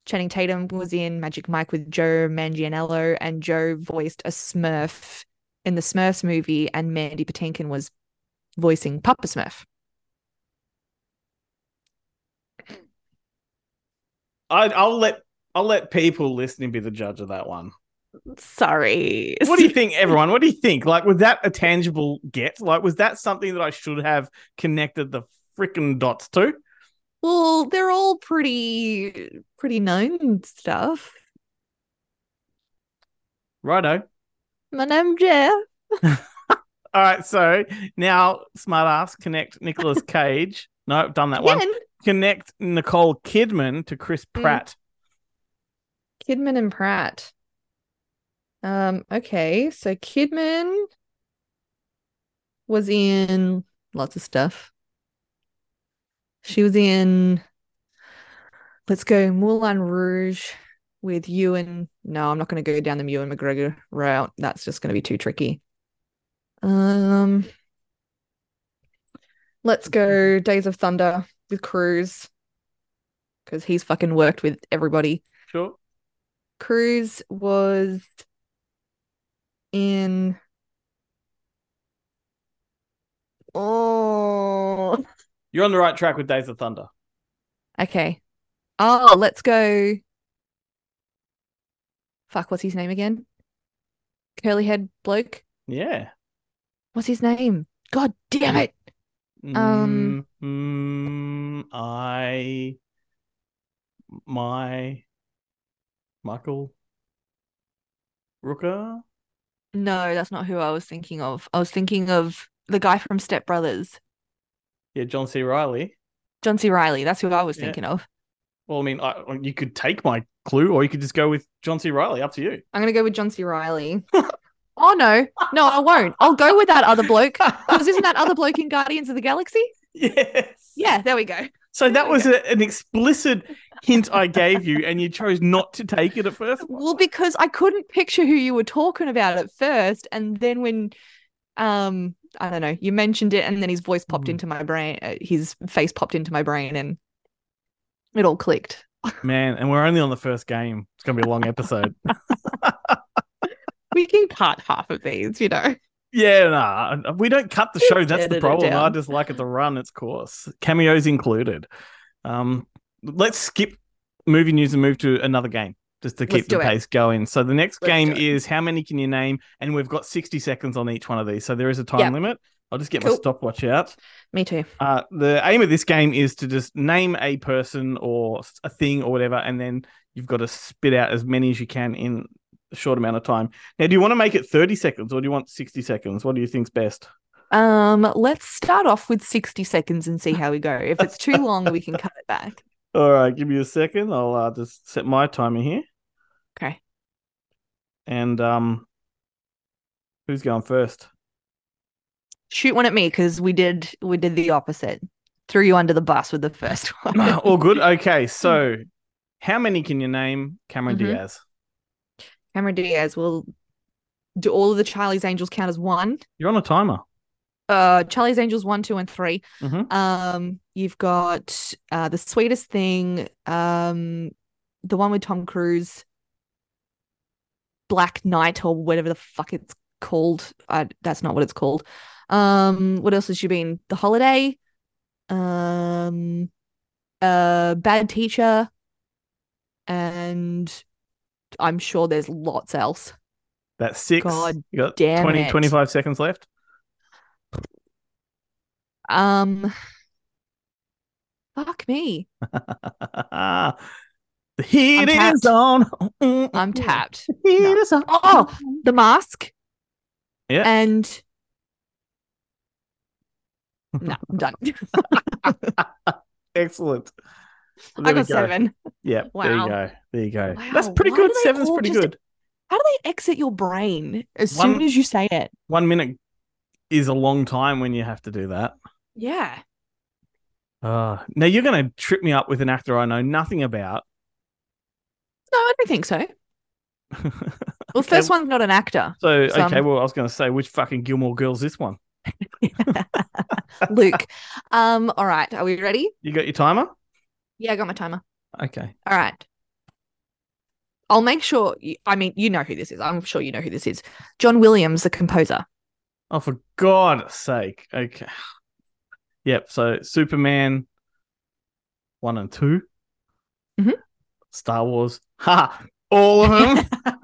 Speaker 2: Channing Tatum was in Magic Mike with Joe Manganiello, and Joe voiced a Smurf in the Smurfs movie, and Mandy Patinkin was voicing Papa Smurf.
Speaker 1: I, I'll let I'll let people listening be the judge of that one.
Speaker 2: Sorry.
Speaker 1: What
Speaker 2: *laughs*
Speaker 1: do you think, everyone? What do you think? Like, was that a tangible get? Like, was that something that I should have connected the freaking dots to?
Speaker 2: Well, they're all pretty pretty known stuff.
Speaker 1: Righto.
Speaker 2: My name Jeff.
Speaker 1: All right. So now, smartass, connect Nicolas Cage. No, I've done that one.
Speaker 2: Again,
Speaker 1: Connect Nicole Kidman to Chris
Speaker 2: Mm.
Speaker 1: Pratt.
Speaker 2: Kidman and Pratt. Um, okay, so Kidman was in lots of stuff. She was in Let's go Moulin Rouge with Ewan. No, I'm not gonna go down the Ewan McGregor route. That's just gonna be too tricky. Um let's go Days of Thunder with Cruz. Because he's fucking worked with everybody.
Speaker 1: Sure.
Speaker 2: Cruz was in. Oh,
Speaker 1: You're on the right track with Days of Thunder.
Speaker 2: okay. Oh, let's go. Fuck, what's his name again? Curly head bloke.
Speaker 1: Yeah.
Speaker 2: What's his name? God damn it. Um,
Speaker 1: Um, Mm-hmm. I, my, Michael, Rooker.
Speaker 2: No, that's not who I was thinking of. I was thinking of the guy from Step Brothers,
Speaker 1: Yeah, John C. Riley.
Speaker 2: John C. Riley. That's who I was
Speaker 1: Yeah.
Speaker 2: thinking of.
Speaker 1: Well, I mean, I, you could take my clue, or you could just go with John C. Riley. Up to you. *laughs*
Speaker 2: I'm gonna go with John C. Riley. *laughs* oh no, no, I won't. I'll go with that other bloke because isn't that other bloke in Guardians of the Galaxy?
Speaker 1: yes.
Speaker 2: Yeah, there we go.
Speaker 1: So that was a, an explicit hint I gave you, and you chose not to take it at first.
Speaker 2: Well, because I couldn't picture who you were talking about at first, and then when, um, I don't know, you mentioned it, and then his voice popped
Speaker 1: Mm.
Speaker 2: into my brain, uh, his face popped into my brain, and it all clicked.
Speaker 1: Man, and we're only on the first game. It's going to be a long episode.
Speaker 2: We can cut half of these, you know.
Speaker 1: Yeah, nah, we don't cut the show. That's
Speaker 2: edit
Speaker 1: the
Speaker 2: it
Speaker 1: problem. I
Speaker 2: down.
Speaker 1: just like it to run its course, cameos included. Um, let's skip movie news and move to another game just to keep
Speaker 2: Let's
Speaker 1: the
Speaker 2: do it.
Speaker 1: pace going. So the next
Speaker 2: Let's
Speaker 1: game
Speaker 2: do it.
Speaker 1: is how many can you name? And we've got sixty seconds on each one of these, so there is a time
Speaker 2: Yep.
Speaker 1: limit. I'll just get my
Speaker 2: Cool.
Speaker 1: stopwatch out.
Speaker 2: Me too.
Speaker 1: Uh, the aim of this game is to just name a person or s- a thing or whatever, and then you've got to spit out as many as you can in a short amount of time. Now, do you want to make it 30 seconds or do you want 60 seconds? What do you think's best?
Speaker 2: Um, let's start off with sixty seconds and see how we go. If it's too long, we can cut it back.
Speaker 1: All right, give me a second. I'll uh, just set my timer here.
Speaker 2: *laughs* Okay.
Speaker 1: And um, who's going
Speaker 2: *coughs*
Speaker 1: first?
Speaker 2: shoot one at me because we did we did the opposite threw you under the bus with the first one
Speaker 1: *coughs* All good. Okay, so how many can you name? Cameron
Speaker 2: Mhm.
Speaker 1: Diaz.
Speaker 2: cameron diaz will do all of the charlie's angels count as one
Speaker 1: You're on a timer.
Speaker 2: uh charlie's angels one two and 3
Speaker 1: Mhm.
Speaker 2: um you've got uh the sweetest thing um the one with tom cruise black knight or whatever the fuck it's called I, that's not what it's called um what else has she been the holiday um uh bad teacher and i'm sure there's lots else
Speaker 1: That's six.
Speaker 2: God
Speaker 1: you got
Speaker 2: damn
Speaker 1: 20,
Speaker 2: it.
Speaker 1: 25 seconds left.
Speaker 2: um fuck me
Speaker 1: the heat
Speaker 2: I'm
Speaker 1: is
Speaker 2: tapped.
Speaker 1: on.
Speaker 2: i'm tapped
Speaker 1: The heat
Speaker 2: No.
Speaker 1: is on.
Speaker 2: *laughs* Oh, the mask.
Speaker 1: Yeah.
Speaker 2: And no, I'm done.
Speaker 1: *laughs* Excellent. Well,
Speaker 2: *laughs* I
Speaker 1: there we
Speaker 2: got
Speaker 1: go.
Speaker 2: seven.
Speaker 1: Yep. There you
Speaker 2: Wow.
Speaker 1: go. There you go.
Speaker 2: Wow,
Speaker 1: That's pretty
Speaker 2: why
Speaker 1: good.
Speaker 2: do they
Speaker 1: Seven's
Speaker 2: all
Speaker 1: pretty
Speaker 2: just-
Speaker 1: good.
Speaker 2: How do they exit your brain as
Speaker 1: One-
Speaker 2: soon as you say it?
Speaker 1: One minute is a long time when you have to do that.
Speaker 2: Yeah.
Speaker 1: Ah, now you're going to trip me up with an actor I know nothing about. *laughs*
Speaker 2: No, I don't think so. Well,
Speaker 1: Okay.
Speaker 2: first one's not
Speaker 1: *laughs*
Speaker 2: an actor.
Speaker 1: So okay,
Speaker 2: Some-
Speaker 1: well I was going to say which fucking Gilmore Girls this one.
Speaker 2: Luke. Um, all right. Are we ready?
Speaker 1: You got your timer?
Speaker 2: Yeah, I got my timer.
Speaker 1: Okay.
Speaker 2: All right. I'll make sure. You, I mean, you know who this is. I'm sure you know who this is. John Williams, the composer.
Speaker 1: Oh, for God's sake. Okay. Yep. So Superman one and 2
Speaker 2: Mhm.
Speaker 1: Star Wars. Ha! All of them.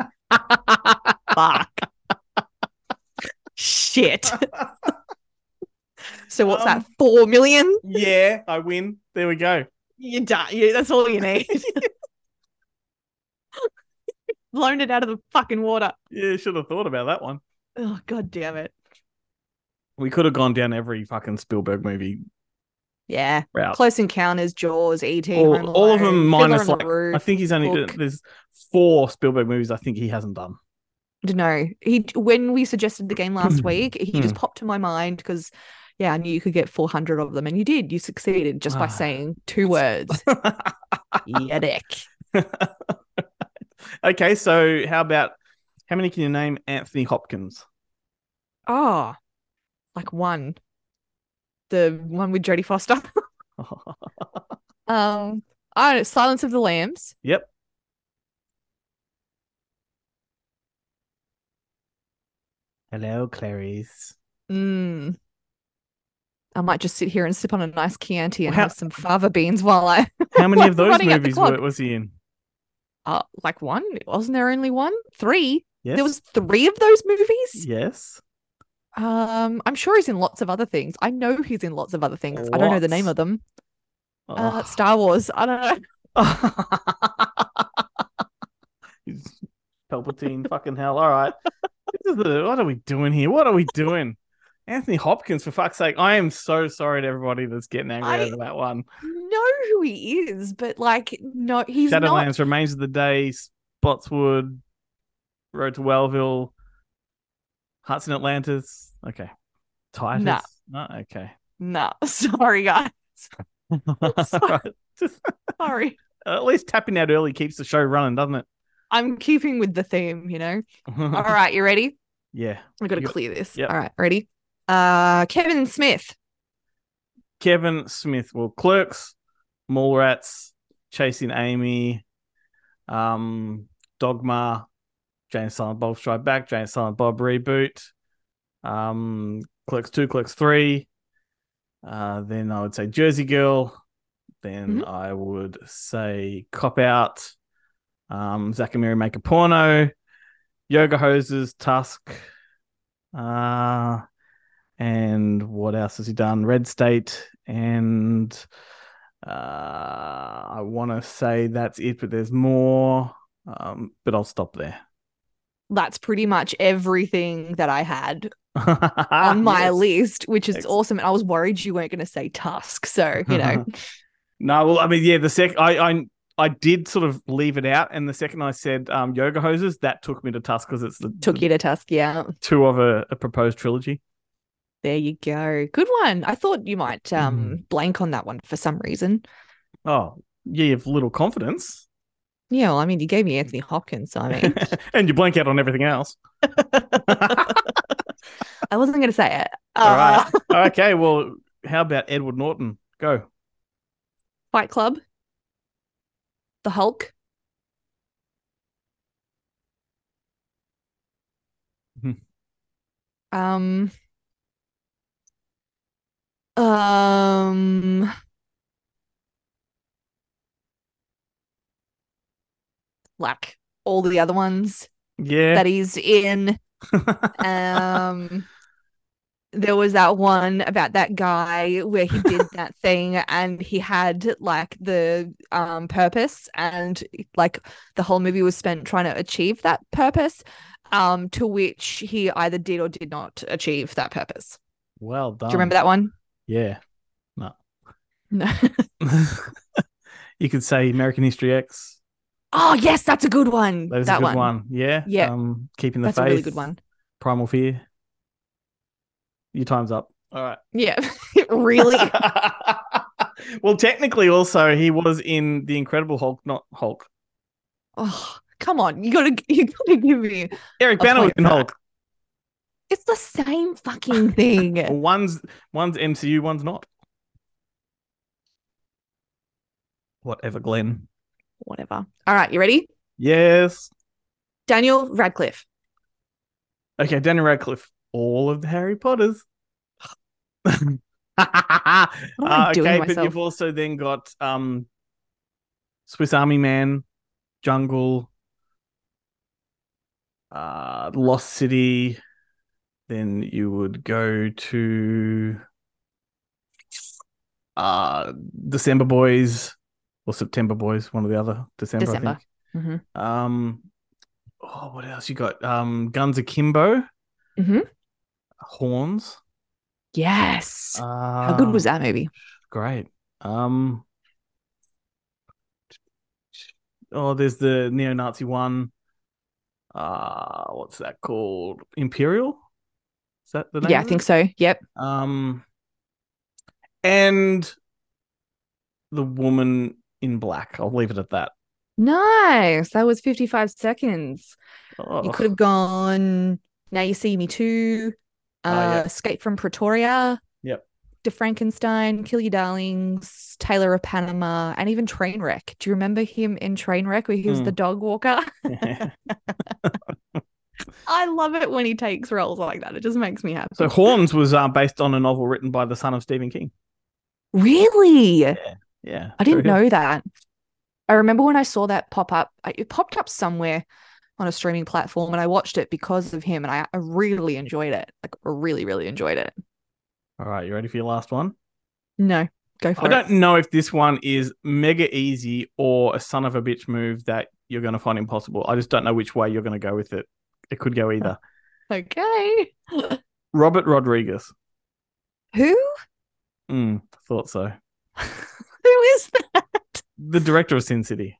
Speaker 2: Fuck. *laughs* Shit. so what's
Speaker 1: Um,
Speaker 2: that? Four million.
Speaker 1: yeah, I win. There we go.
Speaker 2: You done. You, that's all you *laughs* need. Blown it out of the fucking water.
Speaker 1: Yeah, should have thought about that one.
Speaker 2: Oh god damn it.
Speaker 1: We could have gone down every fucking Spielberg movie
Speaker 2: Yeah.
Speaker 1: route.
Speaker 2: Close Encounters, Jaws, ET,
Speaker 1: All,
Speaker 2: Home
Speaker 1: all of
Speaker 2: Alone,
Speaker 1: them
Speaker 2: Fiddler
Speaker 1: minus
Speaker 2: on the
Speaker 1: like I
Speaker 2: Roof.
Speaker 1: think he's only
Speaker 2: Hook.
Speaker 1: there's four Spielberg movies I think he hasn't done. *laughs*
Speaker 2: No, he when we suggested the
Speaker 1: *clears throat*
Speaker 2: game last week, he
Speaker 1: Hmm.
Speaker 2: just popped to my mind because, yeah, I knew you could get four hundred of them, and you did. You succeeded just by
Speaker 1: Ah.
Speaker 2: saying two
Speaker 1: *laughs*
Speaker 2: words. yeah, dick.
Speaker 1: okay, so how about how many can you name Anthony Hopkins? *laughs*
Speaker 2: Oh, like one, the one with Jodie Foster. *laughs* um, I don't know, Silence of the Lambs.
Speaker 1: Yep. Hello,
Speaker 2: *laughs*
Speaker 1: Clarice.
Speaker 2: Mm. I might just sit here and sip on a nice Chianti and
Speaker 1: How-
Speaker 2: have some fava beans while I *laughs*
Speaker 1: How many
Speaker 2: Like
Speaker 1: of those
Speaker 2: running out the
Speaker 1: movies
Speaker 2: clock.
Speaker 1: were, was he in?
Speaker 2: uh, like one. Wasn't there only one? Three.
Speaker 1: Yes.
Speaker 2: There was three of those movies.
Speaker 1: yes.
Speaker 2: Um, I'm sure he's in lots of other things. I know he's in lots of other things. I don't know the name
Speaker 1: Lots.
Speaker 2: of them. Uh,
Speaker 1: Oh.
Speaker 2: Star Wars. I don't know. *laughs*
Speaker 1: *laughs* He's
Speaker 2: *laughs*
Speaker 1: Palpatine, fucking hell. All right. This is the, what are we doing here? What are we doing? Anthony Hopkins, for fuck's sake. I am so sorry to everybody that's getting angry
Speaker 2: I-
Speaker 1: over that one.
Speaker 2: Know who he is, but like, no, he's not.
Speaker 1: Shadowlands, Remains of the Day, Spotswood, Road to Wellville, Hearts in Atlantis. Okay. Titus.
Speaker 2: Nah.
Speaker 1: No,
Speaker 2: *laughs*
Speaker 1: okay. *laughs*
Speaker 2: Nah, sorry guys,
Speaker 1: Right. Just-
Speaker 2: sorry.
Speaker 1: at least tapping out early keeps the show running, doesn't it? *laughs*
Speaker 2: I'm keeping with the theme, you know. All right, you ready?
Speaker 1: yeah.
Speaker 2: I got to
Speaker 1: You got-
Speaker 2: clear this.
Speaker 1: yep.
Speaker 2: All right, ready? Uh, Kevin Smith.
Speaker 1: Kevin Smith. Well, Clerks, Mallrats, Chasing Amy, um, Dogma, Jane Silent Bob Strike Back, Jane Silent Bob Reboot, um, Clerks 2, Clerks 3. Uh, then I would say Jersey Girl. Then I would say Cop Out, um, Zack and Mary Make a Porno, Yoga Hoses, Tusk. Uh, and what else has he done? Red State and uh, I want to say that's it, but there's more. Um, but I'll stop there. *laughs*
Speaker 2: That's pretty much everything that I had on my
Speaker 1: Ah, Yes.
Speaker 2: list, which is
Speaker 1: Ex-
Speaker 2: awesome. And I was worried you weren't going to say Tusk, so you know.
Speaker 1: *laughs* No, well, I mean, yeah, the sec I, I I did sort of leave it out, and the second I said um, yoga hoses, that took me to Tusk because it's the,
Speaker 2: took you to task. Yeah,
Speaker 1: two of a, a proposed trilogy.
Speaker 2: there you go. Good one. I thought you might
Speaker 1: Mm-hmm.
Speaker 2: um blank on that one for some reason.
Speaker 1: Oh, yeah, you have little confidence,
Speaker 2: Yeah, well, I mean, you gave me Anthony Hopkins.
Speaker 1: *laughs*
Speaker 2: So I mean,
Speaker 1: and you blank out on everything else.
Speaker 2: I wasn't going to say it.
Speaker 1: All right.
Speaker 2: Uh,
Speaker 1: okay. Well, how about Edward Norton? Go.
Speaker 2: Fight Club, The Hulk.
Speaker 1: Mhm.
Speaker 2: Um. Um. Like all the other ones
Speaker 1: Yeah.
Speaker 2: that he's in.
Speaker 1: *laughs*
Speaker 2: um there was that one about that guy where he
Speaker 1: *laughs*
Speaker 2: did that thing and he had like the um purpose and like the whole movie was spent trying to achieve that purpose um to which he either did or did not achieve that purpose
Speaker 1: well done.
Speaker 2: do you remember that one
Speaker 1: Yeah. *laughs*
Speaker 2: no
Speaker 1: you could say American History X.
Speaker 2: oh yes that's a good one
Speaker 1: That is
Speaker 2: that
Speaker 1: a good one.
Speaker 2: one
Speaker 1: Yeah.
Speaker 2: Yeah.
Speaker 1: Um, keeping the
Speaker 2: that's
Speaker 1: faith.
Speaker 2: a really good one
Speaker 1: Primal Fear. Your time's up. All right.
Speaker 2: yeah *laughs*
Speaker 1: *laughs*
Speaker 2: really
Speaker 1: well, technically, also he was in the Incredible Hulk, not Hulk.
Speaker 2: oh come on you gotta you gotta give me
Speaker 1: Eric
Speaker 2: A
Speaker 1: Banner was
Speaker 2: point
Speaker 1: in
Speaker 2: for
Speaker 1: Hulk.
Speaker 2: it's the same fucking *laughs* thing
Speaker 1: Well, one's one's MCU, one's not. Whatever, Glenn.
Speaker 2: whatever. All right, you ready?
Speaker 1: Yes.
Speaker 2: Daniel Radcliffe.
Speaker 1: Okay, Daniel Radcliffe. All of the Harry
Speaker 2: *laughs*
Speaker 1: Potters. Uh,
Speaker 2: I doing
Speaker 1: okay, but
Speaker 2: myself?
Speaker 1: you've also then got um, Swiss Army Man, Jungle, uh, Lost City. Then you would go to uh, December Boys or September Boys, one or the other. December, I
Speaker 2: December.
Speaker 1: think.
Speaker 2: Mhm.
Speaker 1: Um, oh, what else you got? Um, Guns Akimbo,
Speaker 2: Mhm.
Speaker 1: Horns.
Speaker 2: Yes.
Speaker 1: Uh,
Speaker 2: How good was that movie?
Speaker 1: Great. Um. Oh, there's the neo-Nazi one. Uh, what's that called? Imperial. Is that the name?
Speaker 2: Yeah, I think so. Yep.
Speaker 1: so. Um. And the woman in black. I'll leave it at that.
Speaker 2: Nice. That was 55 seconds.
Speaker 1: Oh,
Speaker 2: You could have gone Now You See Me Too, uh,
Speaker 1: Ah, yeah.
Speaker 2: Escape from Pretoria.
Speaker 1: Yep.
Speaker 2: De Frankenstein, Kill Your Darlings, Taylor of Panama, and even Trainwreck. Do you remember him in Trainwreck where he was
Speaker 1: Mm.
Speaker 2: the dog walker? *laughs* I love it when he takes roles like that. It just makes me happy.
Speaker 1: *laughs* so Horns was uh, based on a novel written by the son of Stephen King.
Speaker 2: really?
Speaker 1: Yeah,
Speaker 2: I didn't
Speaker 1: true.
Speaker 2: know that. I remember when I saw that pop up, I- it popped up somewhere on a streaming platform and I watched it because of him and I, I really enjoyed it. Like, really, really enjoyed it.
Speaker 1: All right, you ready for your last one?
Speaker 2: No, go for
Speaker 1: I
Speaker 2: it.
Speaker 1: don't know if this one is mega easy or a son of a bitch move that you're going to find impossible. I just don't know which way you're going to go with it. It could go either.
Speaker 2: Okay.
Speaker 1: Robert Rodriguez.
Speaker 2: Who? *laughs*
Speaker 1: Mm, thought so.
Speaker 2: Who is that?
Speaker 1: The director of Sin City.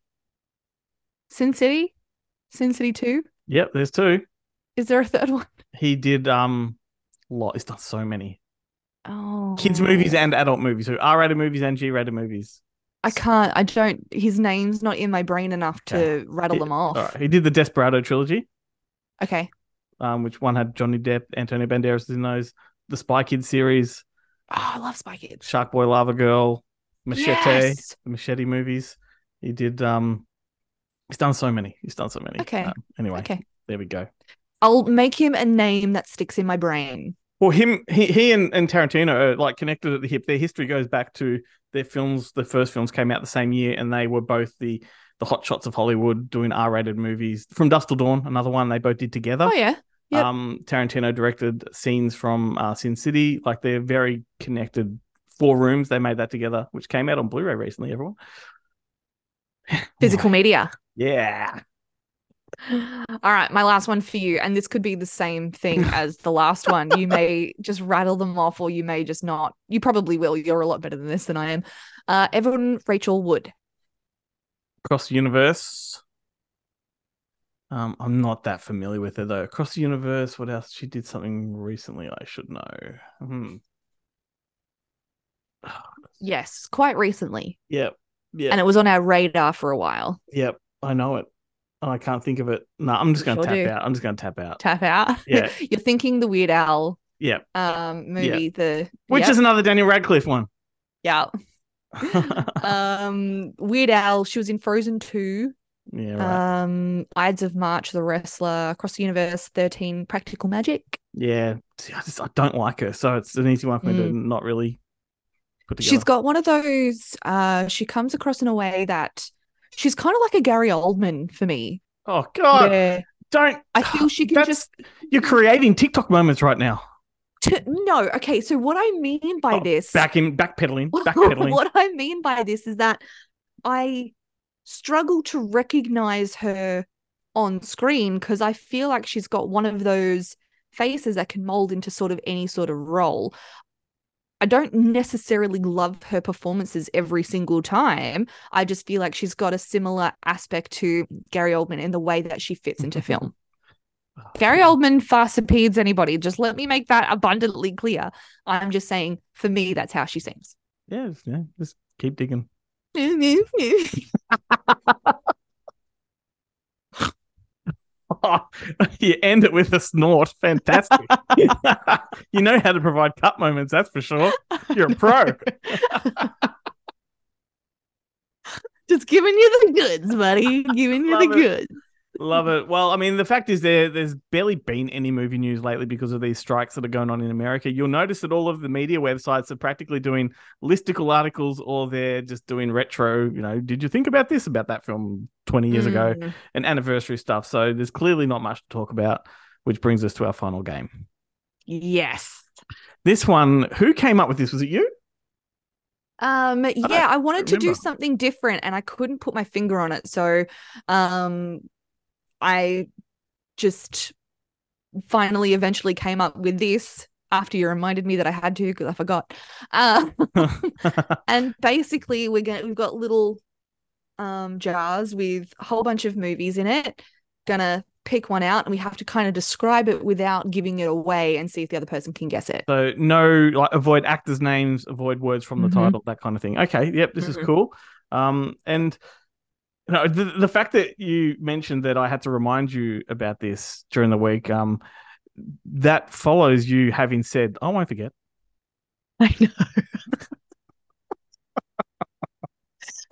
Speaker 2: Sin City? Sin City 2?
Speaker 1: Yep, there's two.
Speaker 2: Is there a third one?
Speaker 1: He did um a lot. He's done so many
Speaker 2: Oh.
Speaker 1: kids movies and adult movies, so R-rated movies and G-rated movies.
Speaker 2: I can't, I don't, his name's not in my brain enough
Speaker 1: Okay.
Speaker 2: to rattle
Speaker 1: Yeah,
Speaker 2: them off.
Speaker 1: All right, he did the Desperado trilogy,
Speaker 2: Okay.
Speaker 1: um, which one had Johnny Depp, Antonio Banderas in those. The Spy Kids series,
Speaker 2: Oh, I love Spy Kids.
Speaker 1: Shark Boy, Lava Girl, Machete.
Speaker 2: Yes!
Speaker 1: the machete movies. He did um he's done so many. He's done so many.
Speaker 2: Okay.
Speaker 1: Um, anyway,
Speaker 2: Okay.
Speaker 1: there we go.
Speaker 2: I'll make him a name that sticks in my brain.
Speaker 1: Well him he he and, and Tarantino are like connected at the hip. Their history goes back to their films, the first films came out the same year and they were both the the hot shots of Hollywood doing R rated movies. From Dust Till Dawn, another one they both did together.
Speaker 2: Oh, yeah. Yep.
Speaker 1: Um Tarantino directed scenes from uh, Sin City. Like they're very connected. Four rooms, they made that together, which came out on Blu-ray recently, everyone.
Speaker 2: Physical media.
Speaker 1: Yeah.
Speaker 2: All right, my last one for you, and this could be the same thing as the last one. You may just rattle them off, or you may just not. You probably will. You're a lot better than this than I am. Uh, Evan Rachel Wood.
Speaker 1: Across the Universe. Um, I'm not that familiar with her though. Across the Universe, what else? She did something recently I should know. Hmm.
Speaker 2: Yes, quite recently,
Speaker 1: Yep. Yep.
Speaker 2: and it was on our radar for a while.
Speaker 1: Yep. I know it. And I can't think of it. No, I'm just gonna
Speaker 2: Sure
Speaker 1: tap
Speaker 2: do.
Speaker 1: out. I'm just gonna tap out.
Speaker 2: Tap out.
Speaker 1: Yeah.
Speaker 2: *laughs* You're thinking the Weird Al
Speaker 1: Yep.
Speaker 2: um, movie. The
Speaker 1: Which
Speaker 2: Yep,
Speaker 1: is another Daniel Radcliffe
Speaker 2: *laughs*
Speaker 1: one.
Speaker 2: yeah.
Speaker 1: *laughs* yeah,
Speaker 2: Um, Weird Al. She was in Frozen Two.
Speaker 1: right.
Speaker 2: Um, Ides of March, The Wrestler, Across the Universe, Thirteen, Practical Magic.
Speaker 1: yeah. See, I just I don't like her, so it's an easy one for me to not really put together.
Speaker 2: Mm. She's got one of those. Uh, she comes across in a way that she's kind of like a Gary Oldman for me.
Speaker 1: oh god,
Speaker 2: where
Speaker 1: don't
Speaker 2: I feel she can
Speaker 1: That's-
Speaker 2: just
Speaker 1: you're creating TikTok moments right now.
Speaker 2: t- no. Okay, so what I mean by
Speaker 1: Oh,
Speaker 2: this,
Speaker 1: Back in
Speaker 2: *laughs*
Speaker 1: backpedaling, backpedaling.
Speaker 2: what I mean by this is that I struggle to recognize her on screen because I feel like she's got one of those faces that can mold into sort of any sort of role. I don't necessarily love her performances every single time. I just feel like she's got a similar aspect to Gary Oldman in the way that she fits into film. Gary Oldman farcepedes anybody. Just let me make that abundantly clear. I'm just saying, for me, that's how she seems.
Speaker 1: Yeah, just- yeah, just keep digging. *laughs*
Speaker 2: *laughs*
Speaker 1: you end it with a snort. Fantastic. *laughs* you know how to provide cut moments, that's for sure. You're a pro.
Speaker 2: Just giving you the goods, buddy. *laughs* Giving you the
Speaker 1: Love it.
Speaker 2: goods.
Speaker 1: Love it. Well, I mean, the fact is there there's barely been any movie news lately because of these strikes that are going on in America. You'll notice that all of the media websites are practically doing listicle articles or they're just doing retro, you know, did you think about this about that film 20 years ago
Speaker 2: Mm.
Speaker 1: and anniversary stuff. So there's clearly not much to talk about, which brings us to our final game.
Speaker 2: Yes.
Speaker 1: This one, who came up with this? Was it you?
Speaker 2: Um yeah, I wanted to do
Speaker 1: remember.
Speaker 2: something different and I couldn't put my finger on it. So um I just finally eventually came up with this after you reminded me that I had to because I forgot. Um and basically we're going to we've got little um jars with a whole bunch of movies in it gonna pick one out and we have to kind of describe it without giving it away and see if the other person can guess it
Speaker 1: So no, like avoid actors' names, avoid words from the
Speaker 2: Mhm.
Speaker 1: title, that kind of thing. Okay, yep, this
Speaker 2: Mhm.
Speaker 1: is cool. Um, and you know, the, the fact that you mentioned that I had to remind you about this during the week, um, that follows you having said, "I won't forget."
Speaker 2: *laughs* i know *laughs*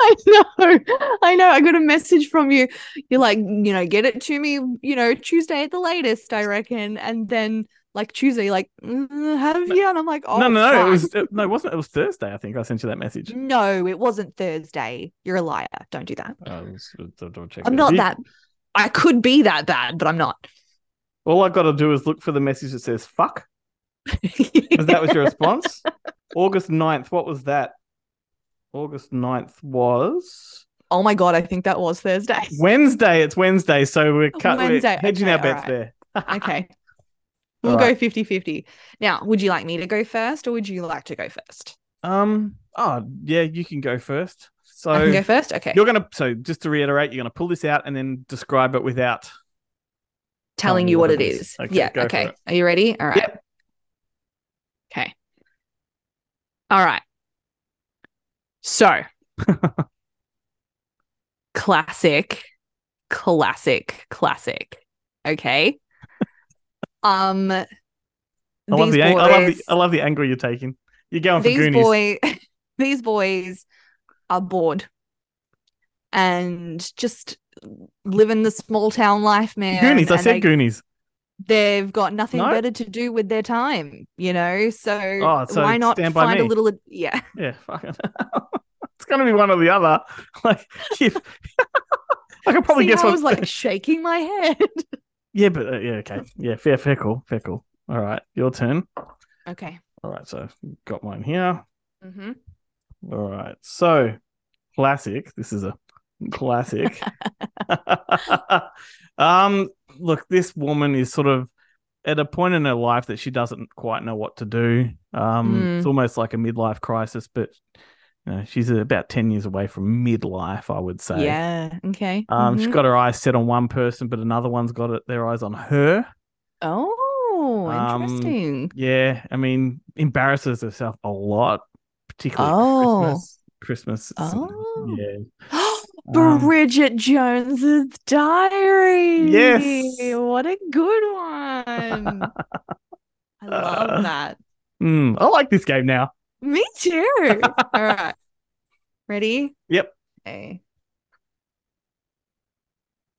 Speaker 2: i know i know i got a message from you you're like you know get it to me you know tuesday at the latest i reckon and then like tuesday you're like "Mm, have you and i'm like oh
Speaker 1: no, no, no,
Speaker 2: fuck."
Speaker 1: it was it- no, it wasn't. It was Thursday, I think. I sent you that message.
Speaker 2: Mm. no it wasn't thursday you're a liar don't do that
Speaker 1: I was- I'll double check
Speaker 2: I'm
Speaker 1: it.
Speaker 2: not
Speaker 1: You-
Speaker 2: that. I could be that bad, but I'm not.
Speaker 1: All I've got to do is look for the message that says "fuck," because that was your response. August 9th, What was that? August 9th was.
Speaker 2: *laughs* oh my god, I think that was Thursday.
Speaker 1: Wednesday. It's Wednesday, so we're, cut,
Speaker 2: Wednesday,
Speaker 1: we're hedging
Speaker 2: okay,
Speaker 1: our bets
Speaker 2: alright.
Speaker 1: there.
Speaker 2: *laughs*
Speaker 1: *laughs*
Speaker 2: okay. We'll go
Speaker 1: Alright.
Speaker 2: 50 50. Now, would you like me to go first or would you like to go first?
Speaker 1: Um. Oh, yeah. You can go first. So
Speaker 2: I can go first? Okay.
Speaker 1: you're gonna. So just to reiterate, you're gonna pull this out and then describe it without.
Speaker 2: Telling
Speaker 1: me
Speaker 2: you
Speaker 1: what
Speaker 2: what
Speaker 1: it
Speaker 2: it
Speaker 1: is.
Speaker 2: is.
Speaker 1: Okay,
Speaker 2: yeah.
Speaker 1: go for
Speaker 2: Okay.
Speaker 1: it.
Speaker 2: Are you ready? All right. Okay. All right.
Speaker 1: *laughs*
Speaker 2: So, classic, classic, classic.
Speaker 1: *laughs*
Speaker 2: Okay. Um, I
Speaker 1: I love the. ang- I love the. I love the angle you're taking. You're going for
Speaker 2: these
Speaker 1: Goonies.
Speaker 2: boy *laughs* these boys are bored and just living the small town life man
Speaker 1: Goonies. I
Speaker 2: and
Speaker 1: said
Speaker 2: they,
Speaker 1: Goonies.
Speaker 2: they've got nothing
Speaker 1: No?
Speaker 2: better to do with their time you know so,
Speaker 1: Oh, so
Speaker 2: why not
Speaker 1: Stand
Speaker 2: find
Speaker 1: By
Speaker 2: a
Speaker 1: Me.
Speaker 2: little yeah
Speaker 1: Yeah. Fuck it. it's gonna be one or the other. *laughs* Like, if, *laughs* I could *laughs* probably
Speaker 2: See
Speaker 1: guess
Speaker 2: how
Speaker 1: what.
Speaker 2: i was like shaking my head *laughs*
Speaker 1: yeah, but uh, yeah. Okay. Yeah. Fair. Fair call. Fair call. All right. Your turn.
Speaker 2: okay
Speaker 1: All right. So got mine here.
Speaker 2: hmm
Speaker 1: All right. So, classic. This is a
Speaker 2: *laughs*
Speaker 1: classic. um, look, this woman is sort of at a point in her life that she doesn't quite know what to do. Um,
Speaker 2: Mm.
Speaker 1: it's almost like a midlife crisis, but you know, she's about 10 years away from midlife, I would say.
Speaker 2: yeah okay
Speaker 1: Um, she's
Speaker 2: Mhm.
Speaker 1: got her eyes set on one person, but another one's got it, their eyes on her.
Speaker 2: oh
Speaker 1: Um,
Speaker 2: interesting *gasps*
Speaker 1: Yeah, I mean, embarrasses herself a lot, particularly at
Speaker 2: Oh.
Speaker 1: Christmas. Christmas. it's-
Speaker 2: Oh.
Speaker 1: Yeah. Um,
Speaker 2: Bridget Jones's Diary.
Speaker 1: Yes.
Speaker 2: What a good
Speaker 1: *laughs*
Speaker 2: one. I
Speaker 1: Uh.
Speaker 2: love that.
Speaker 1: Mm, I like this game now.
Speaker 2: Me
Speaker 1: *laughs*
Speaker 2: too. All right. Ready?
Speaker 1: Yep.
Speaker 2: Okay.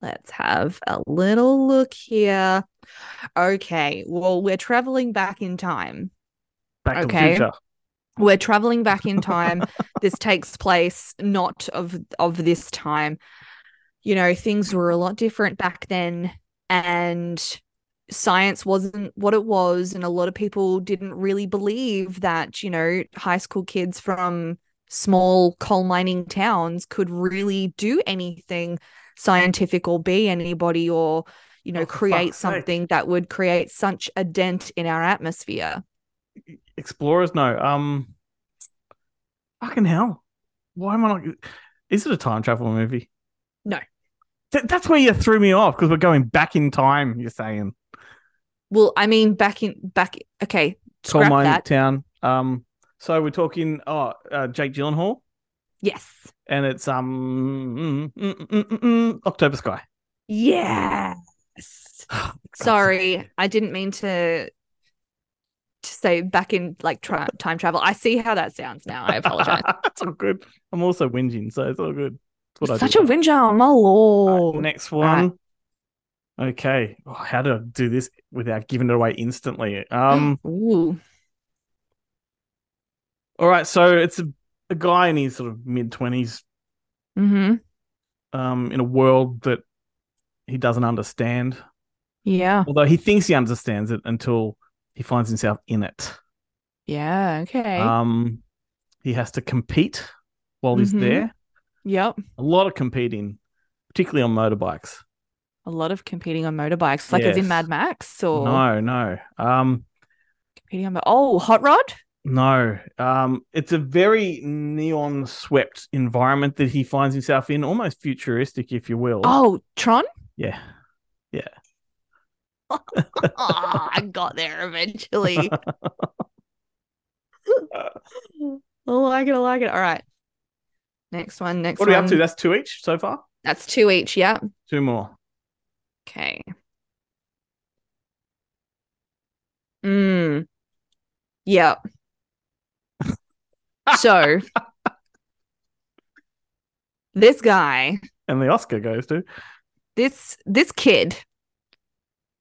Speaker 2: Let's have a little look here. Okay. Well, we're traveling back in time.
Speaker 1: Back
Speaker 2: Okay.
Speaker 1: to the future.
Speaker 2: we're traveling back in time this takes place not of of this time you know things were a lot different back then and science wasn't what it was and a lot of people didn't really believe that you know high school kids from small coal mining towns could really do anything scientific or be anybody or you know
Speaker 1: Oh, for
Speaker 2: create
Speaker 1: fuck's sake.
Speaker 2: something that would create such a dent in our atmosphere
Speaker 1: Explorers, no. Um, fucking hell. Why am I not? Is it a time travel movie?
Speaker 2: No.
Speaker 1: Th- that's where you threw me off because we're going back in time. You're saying
Speaker 2: Well, I mean, back in back. Okay,
Speaker 1: coal
Speaker 2: Scrap
Speaker 1: mine
Speaker 2: that.
Speaker 1: town. Um, so we're talking. Oh, uh, Jake Gyllenhaal,
Speaker 2: yes,
Speaker 1: and it's um mm, mm, mm, mm, mm, October Sky. *gasps*
Speaker 2: yes.
Speaker 1: Oh,
Speaker 2: Sorry, I didn't mean to to say back in like
Speaker 1: *laughs*
Speaker 2: tra- time travel. I see how that sounds now. I apologize.
Speaker 1: it's all good. I'm also whinging, so it's all good. That's what I
Speaker 2: Such
Speaker 1: do.
Speaker 2: a windjammer, my
Speaker 1: All
Speaker 2: lord.
Speaker 1: right, next one. Okay. Oh, how do I do this without giving it away instantly? Um.
Speaker 2: Ooh.
Speaker 1: all right. So it's a, a guy in his sort of mid twenties,
Speaker 2: Mm-hmm.
Speaker 1: um, in a world that he doesn't understand.
Speaker 2: Yeah.
Speaker 1: Although he thinks he understands it until he finds himself in it.
Speaker 2: Yeah. Okay.
Speaker 1: Um, he has to compete while he's
Speaker 2: Mhm.
Speaker 1: there.
Speaker 2: yep.
Speaker 1: A lot of competing, particularly on motorbikes.
Speaker 2: A lot of competing on motorbikes, like
Speaker 1: yes.
Speaker 2: as in Mad Max or
Speaker 1: No, no. Um,
Speaker 2: competing on. mo- Oh, Hot Rod.
Speaker 1: No, um, it's a very neon swept environment that he finds himself in, almost futuristic, if you will.
Speaker 2: Oh, Tron.
Speaker 1: Yeah,
Speaker 2: oh, I got
Speaker 1: *laughs*
Speaker 2: there eventually. Oh, I like it. I like it. All right. Next one. Next
Speaker 1: what are
Speaker 2: one.
Speaker 1: we up to? That's two each so far.
Speaker 2: That's two each. Yeah.
Speaker 1: Two more.
Speaker 2: Okay. Mm. Yeah.
Speaker 1: *laughs*
Speaker 2: so this guy,
Speaker 1: And the Oscar goes to
Speaker 2: this this kid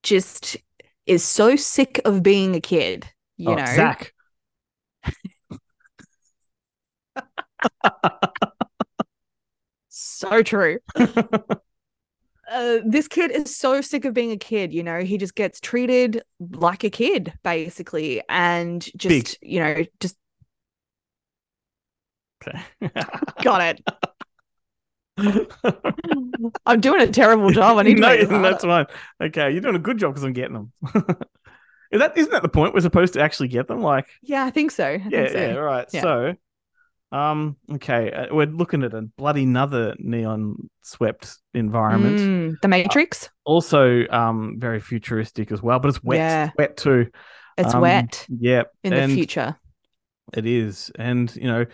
Speaker 2: just is so sick of being a kid, you
Speaker 1: oh,
Speaker 2: know. *laughs*
Speaker 1: Zach. *laughs*
Speaker 2: So true. Uh, this kid is so sick of being a kid, you know. He just gets treated like a kid, basically, and
Speaker 1: Big.
Speaker 2: just, you know, just
Speaker 1: Okay.
Speaker 2: got
Speaker 1: *laughs*
Speaker 2: it. I'm doing a terrible job. I need
Speaker 1: *laughs*
Speaker 2: to
Speaker 1: no,
Speaker 2: make this harder.
Speaker 1: that's fine. Okay, you're doing a good job because I'm getting them. *laughs* Is that isn't that the point? We're supposed to actually get them, like.
Speaker 2: *laughs* Yeah, I think so. I think
Speaker 1: yeah,
Speaker 2: so.
Speaker 1: yeah, all right.
Speaker 2: Yeah.
Speaker 1: So, um, okay, uh, we're looking at a bloody another neon swept environment,
Speaker 2: Mm, the Matrix.
Speaker 1: also um very futuristic as well, but it's wet,
Speaker 2: Yeah.
Speaker 1: It's wet too.
Speaker 2: It's
Speaker 1: Um,
Speaker 2: wet
Speaker 1: Yeah,
Speaker 2: in
Speaker 1: and
Speaker 2: the future.
Speaker 1: It is, and you know,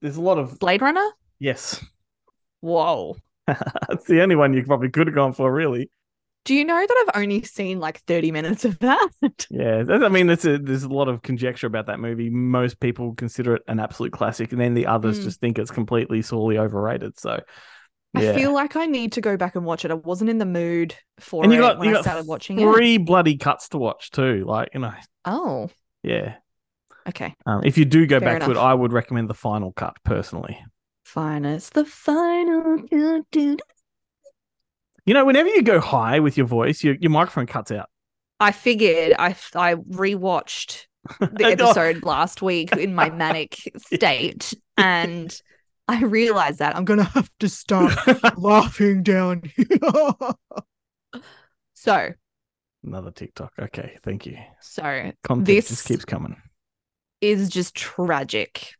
Speaker 1: there's a lot of
Speaker 2: Blade Runner.
Speaker 1: yes. *laughs*
Speaker 2: Whoa.
Speaker 1: That's the only one you probably could have gone for, really.
Speaker 2: Do you know that I've only seen like 30 minutes of that? *laughs*
Speaker 1: Yeah, that's, I mean, it's a, there's a lot of conjecture about that movie. Most people consider it an absolute classic, and then the others
Speaker 2: Mm.
Speaker 1: just think it's completely sorely overrated. So,
Speaker 2: I
Speaker 1: yeah.
Speaker 2: feel like I need to go back and watch it. I wasn't in the mood for
Speaker 1: and you
Speaker 2: it
Speaker 1: got
Speaker 2: when
Speaker 1: you
Speaker 2: I
Speaker 1: got
Speaker 2: started watching it.
Speaker 1: three bloody cuts to watch too. Like you know,
Speaker 2: Oh,
Speaker 1: yeah.
Speaker 2: okay.
Speaker 1: Um, if you do go
Speaker 2: Fair
Speaker 1: back to it,
Speaker 2: enough.
Speaker 1: I would recommend the final cut personally.
Speaker 2: Fine. It's the final. do, do, do.
Speaker 1: You know, whenever you go high with your voice, your your microphone cuts out.
Speaker 2: I figured I, I rewatched
Speaker 1: *laughs*
Speaker 2: the
Speaker 1: I know.
Speaker 2: episode last week in my manic
Speaker 1: *laughs*
Speaker 2: state and I realized that I'm going to have to stop
Speaker 1: *laughs*
Speaker 2: laughing down here. *laughs* so,
Speaker 1: Another TikTok. Okay, thank you.
Speaker 2: so
Speaker 1: Content
Speaker 2: This-
Speaker 1: just keeps coming.
Speaker 2: is just tragic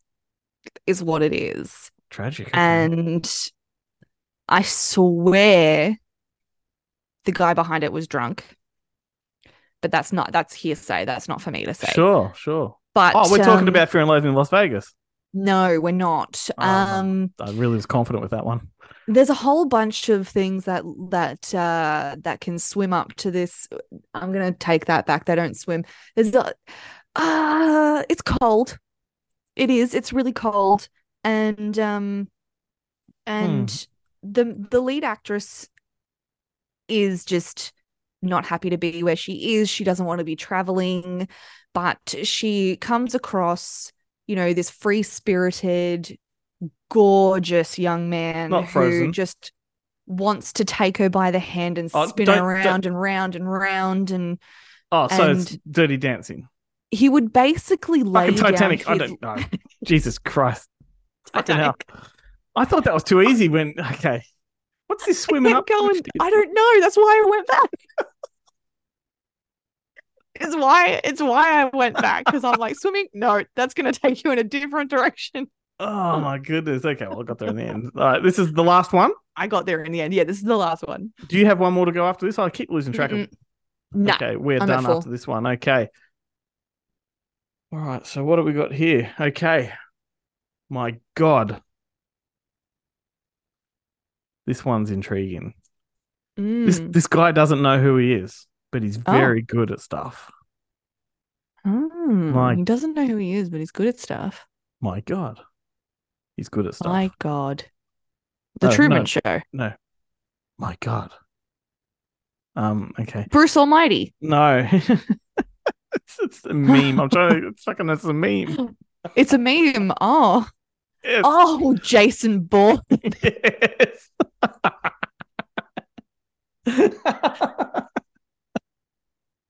Speaker 2: is what it is.
Speaker 1: Tragic. okay.
Speaker 2: And I swear the guy behind it was drunk. But that's not that's hearsay. That's not for me to say.
Speaker 1: sure, sure.
Speaker 2: But
Speaker 1: Oh, we're talking
Speaker 2: um,
Speaker 1: about Fear and Loathing in Las Vegas.
Speaker 2: No, we're not.
Speaker 1: Oh.
Speaker 2: Um
Speaker 1: I really was confident with that one.
Speaker 2: there's a whole bunch of things that that uh that can swim up to this i'm gonna take that back they don't swim there's a, uh it's cold it is it's really cold and um and the the lead actress is just not happy to be where she is she doesn't want to be traveling but she comes across you know this free spirited gorgeous young man
Speaker 1: Not
Speaker 2: who
Speaker 1: Frozen.
Speaker 2: just wants to take her by the hand and
Speaker 1: Oh,
Speaker 2: spin
Speaker 1: don't-
Speaker 2: her
Speaker 1: don't-
Speaker 2: around and round and round and
Speaker 1: Oh, so it's
Speaker 2: And-
Speaker 1: Dirty Dancing.
Speaker 2: he would basically lay
Speaker 1: Fucking
Speaker 2: down
Speaker 1: Titanic. I
Speaker 2: his-
Speaker 1: don't know. Jesus Christ. Fucking hell.
Speaker 2: Titanic.
Speaker 1: I thought that was too easy when. Okay. What's this swimming
Speaker 2: kept
Speaker 1: up?
Speaker 2: going. I don't know. That's why I went back. *laughs* it's why it's why I went back because I'm like swimming. No, that's going to take you in a different
Speaker 1: *laughs*
Speaker 2: direction.
Speaker 1: Oh my goodness. Okay, well, I got there in the end. All right, this is the last one.
Speaker 2: I got there in the end. Yeah, this is the last one.
Speaker 1: Do you have one more to go after this? I keep losing track of.
Speaker 2: Mm-mm. Nah,
Speaker 1: Okay, we're
Speaker 2: I'm at
Speaker 1: done
Speaker 2: four.
Speaker 1: after this one. Okay. All right, so what have we got here? Okay. My God. This one's intriguing. This
Speaker 2: Mm.
Speaker 1: this guy doesn't know who he is, but he's
Speaker 2: Oh.
Speaker 1: very good at stuff.
Speaker 2: Mm.
Speaker 1: My-
Speaker 2: He doesn't know who he is, but he's good at stuff.
Speaker 1: My God. He's good at stuff.
Speaker 2: My God. The
Speaker 1: No,
Speaker 2: Truman
Speaker 1: Oh, no.
Speaker 2: Show.
Speaker 1: My God. Um. Okay.
Speaker 2: Bruce Almighty.
Speaker 1: No. *laughs* it's, it's a meme. I'm trying. To, it's fucking. It's a meme.
Speaker 2: *laughs* It's a meme.
Speaker 1: *laughs*
Speaker 2: Oh.
Speaker 1: Yes.
Speaker 2: Oh, Jason Bourne.
Speaker 1: Yes.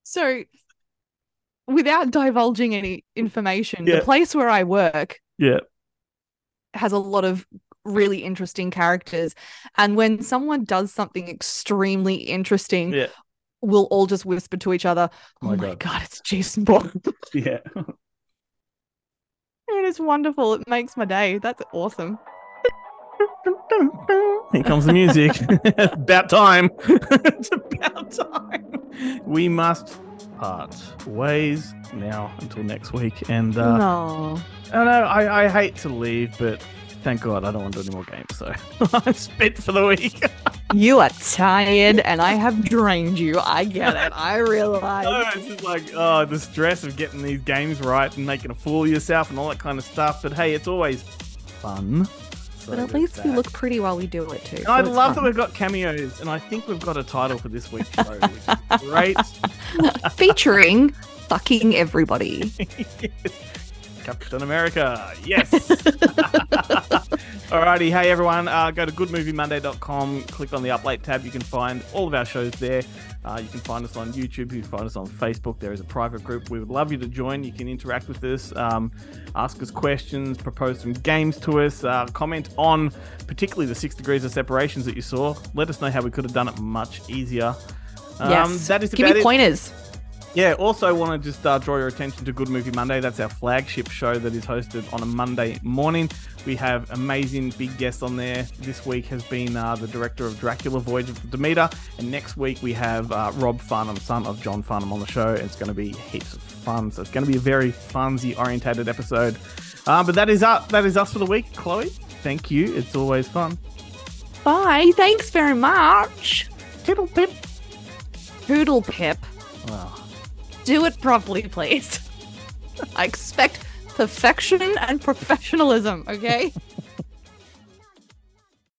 Speaker 2: So without divulging any information,
Speaker 1: Yeah.
Speaker 2: the place where I work
Speaker 1: yeah.
Speaker 2: has a lot of really interesting characters. And when someone does something extremely interesting,
Speaker 1: Yeah.
Speaker 2: we'll all just whisper to each other, Oh
Speaker 1: My
Speaker 2: my,
Speaker 1: God.
Speaker 2: god. it's Jason Bourne. *laughs*
Speaker 1: *laughs* Yeah.
Speaker 2: it is wonderful. It makes my day. That's awesome.
Speaker 1: Here comes the music. *laughs* about time. *laughs* it's about time. We must part ways now until next week. And uh,
Speaker 2: no.
Speaker 1: I know I, I hate to leave, but thank God I don't want to do any more games. So *laughs* I'm spent for the week.
Speaker 2: You are tired and I have drained you. I get it. I
Speaker 1: No, *laughs*
Speaker 2: realize.
Speaker 1: it's just like oh, the stress of getting these games right and making a fool of yourself and all that kind of stuff. But hey, it's always fun. So
Speaker 2: But at
Speaker 1: there's
Speaker 2: least we
Speaker 1: that.
Speaker 2: look pretty while we do it too.
Speaker 1: And I love that we've got cameos, and I think we've got a title for this week's show, which is
Speaker 2: *laughs*
Speaker 1: great. *laughs*
Speaker 2: that featuring fucking everybody.
Speaker 1: Captain America, yes. *laughs* Alrighty, hey everyone, uh, go to goodmoviemonday.com, click on the up late tab. You can find all of our shows there. Uh, you can find us on YouTube, you can find us on Facebook. There is a private group. We would love you to join. You can interact with us, um, ask us questions, propose some games to us, uh, comment on particularly the six degrees of separations that you saw. Let us know how we could have done it much easier. Um,
Speaker 2: yes.
Speaker 1: that is
Speaker 2: Give
Speaker 1: about
Speaker 2: me
Speaker 1: it.
Speaker 2: pointers.
Speaker 1: Yeah, also want to just uh, draw your attention to Good Movie Monday. That's our flagship show that is hosted on a Monday morning. We have amazing big guests on there. This week has been uh, the director of Dracula Voyage of the Demeter, and next week we have uh, Rob Farnham, son of John Farnham, on the show. It's going to be heaps of fun. So it's going to be a very funsy orientated episode. Uh, but that is us. That is us for the week. Chloe, thank you. It's always fun.
Speaker 2: Bye. Thanks very much.
Speaker 1: Tittle Oh. pip.
Speaker 2: Poodle Pip.
Speaker 1: Wow.
Speaker 2: Do it properly, *laughs* please. I expect perfection and professionalism, okay?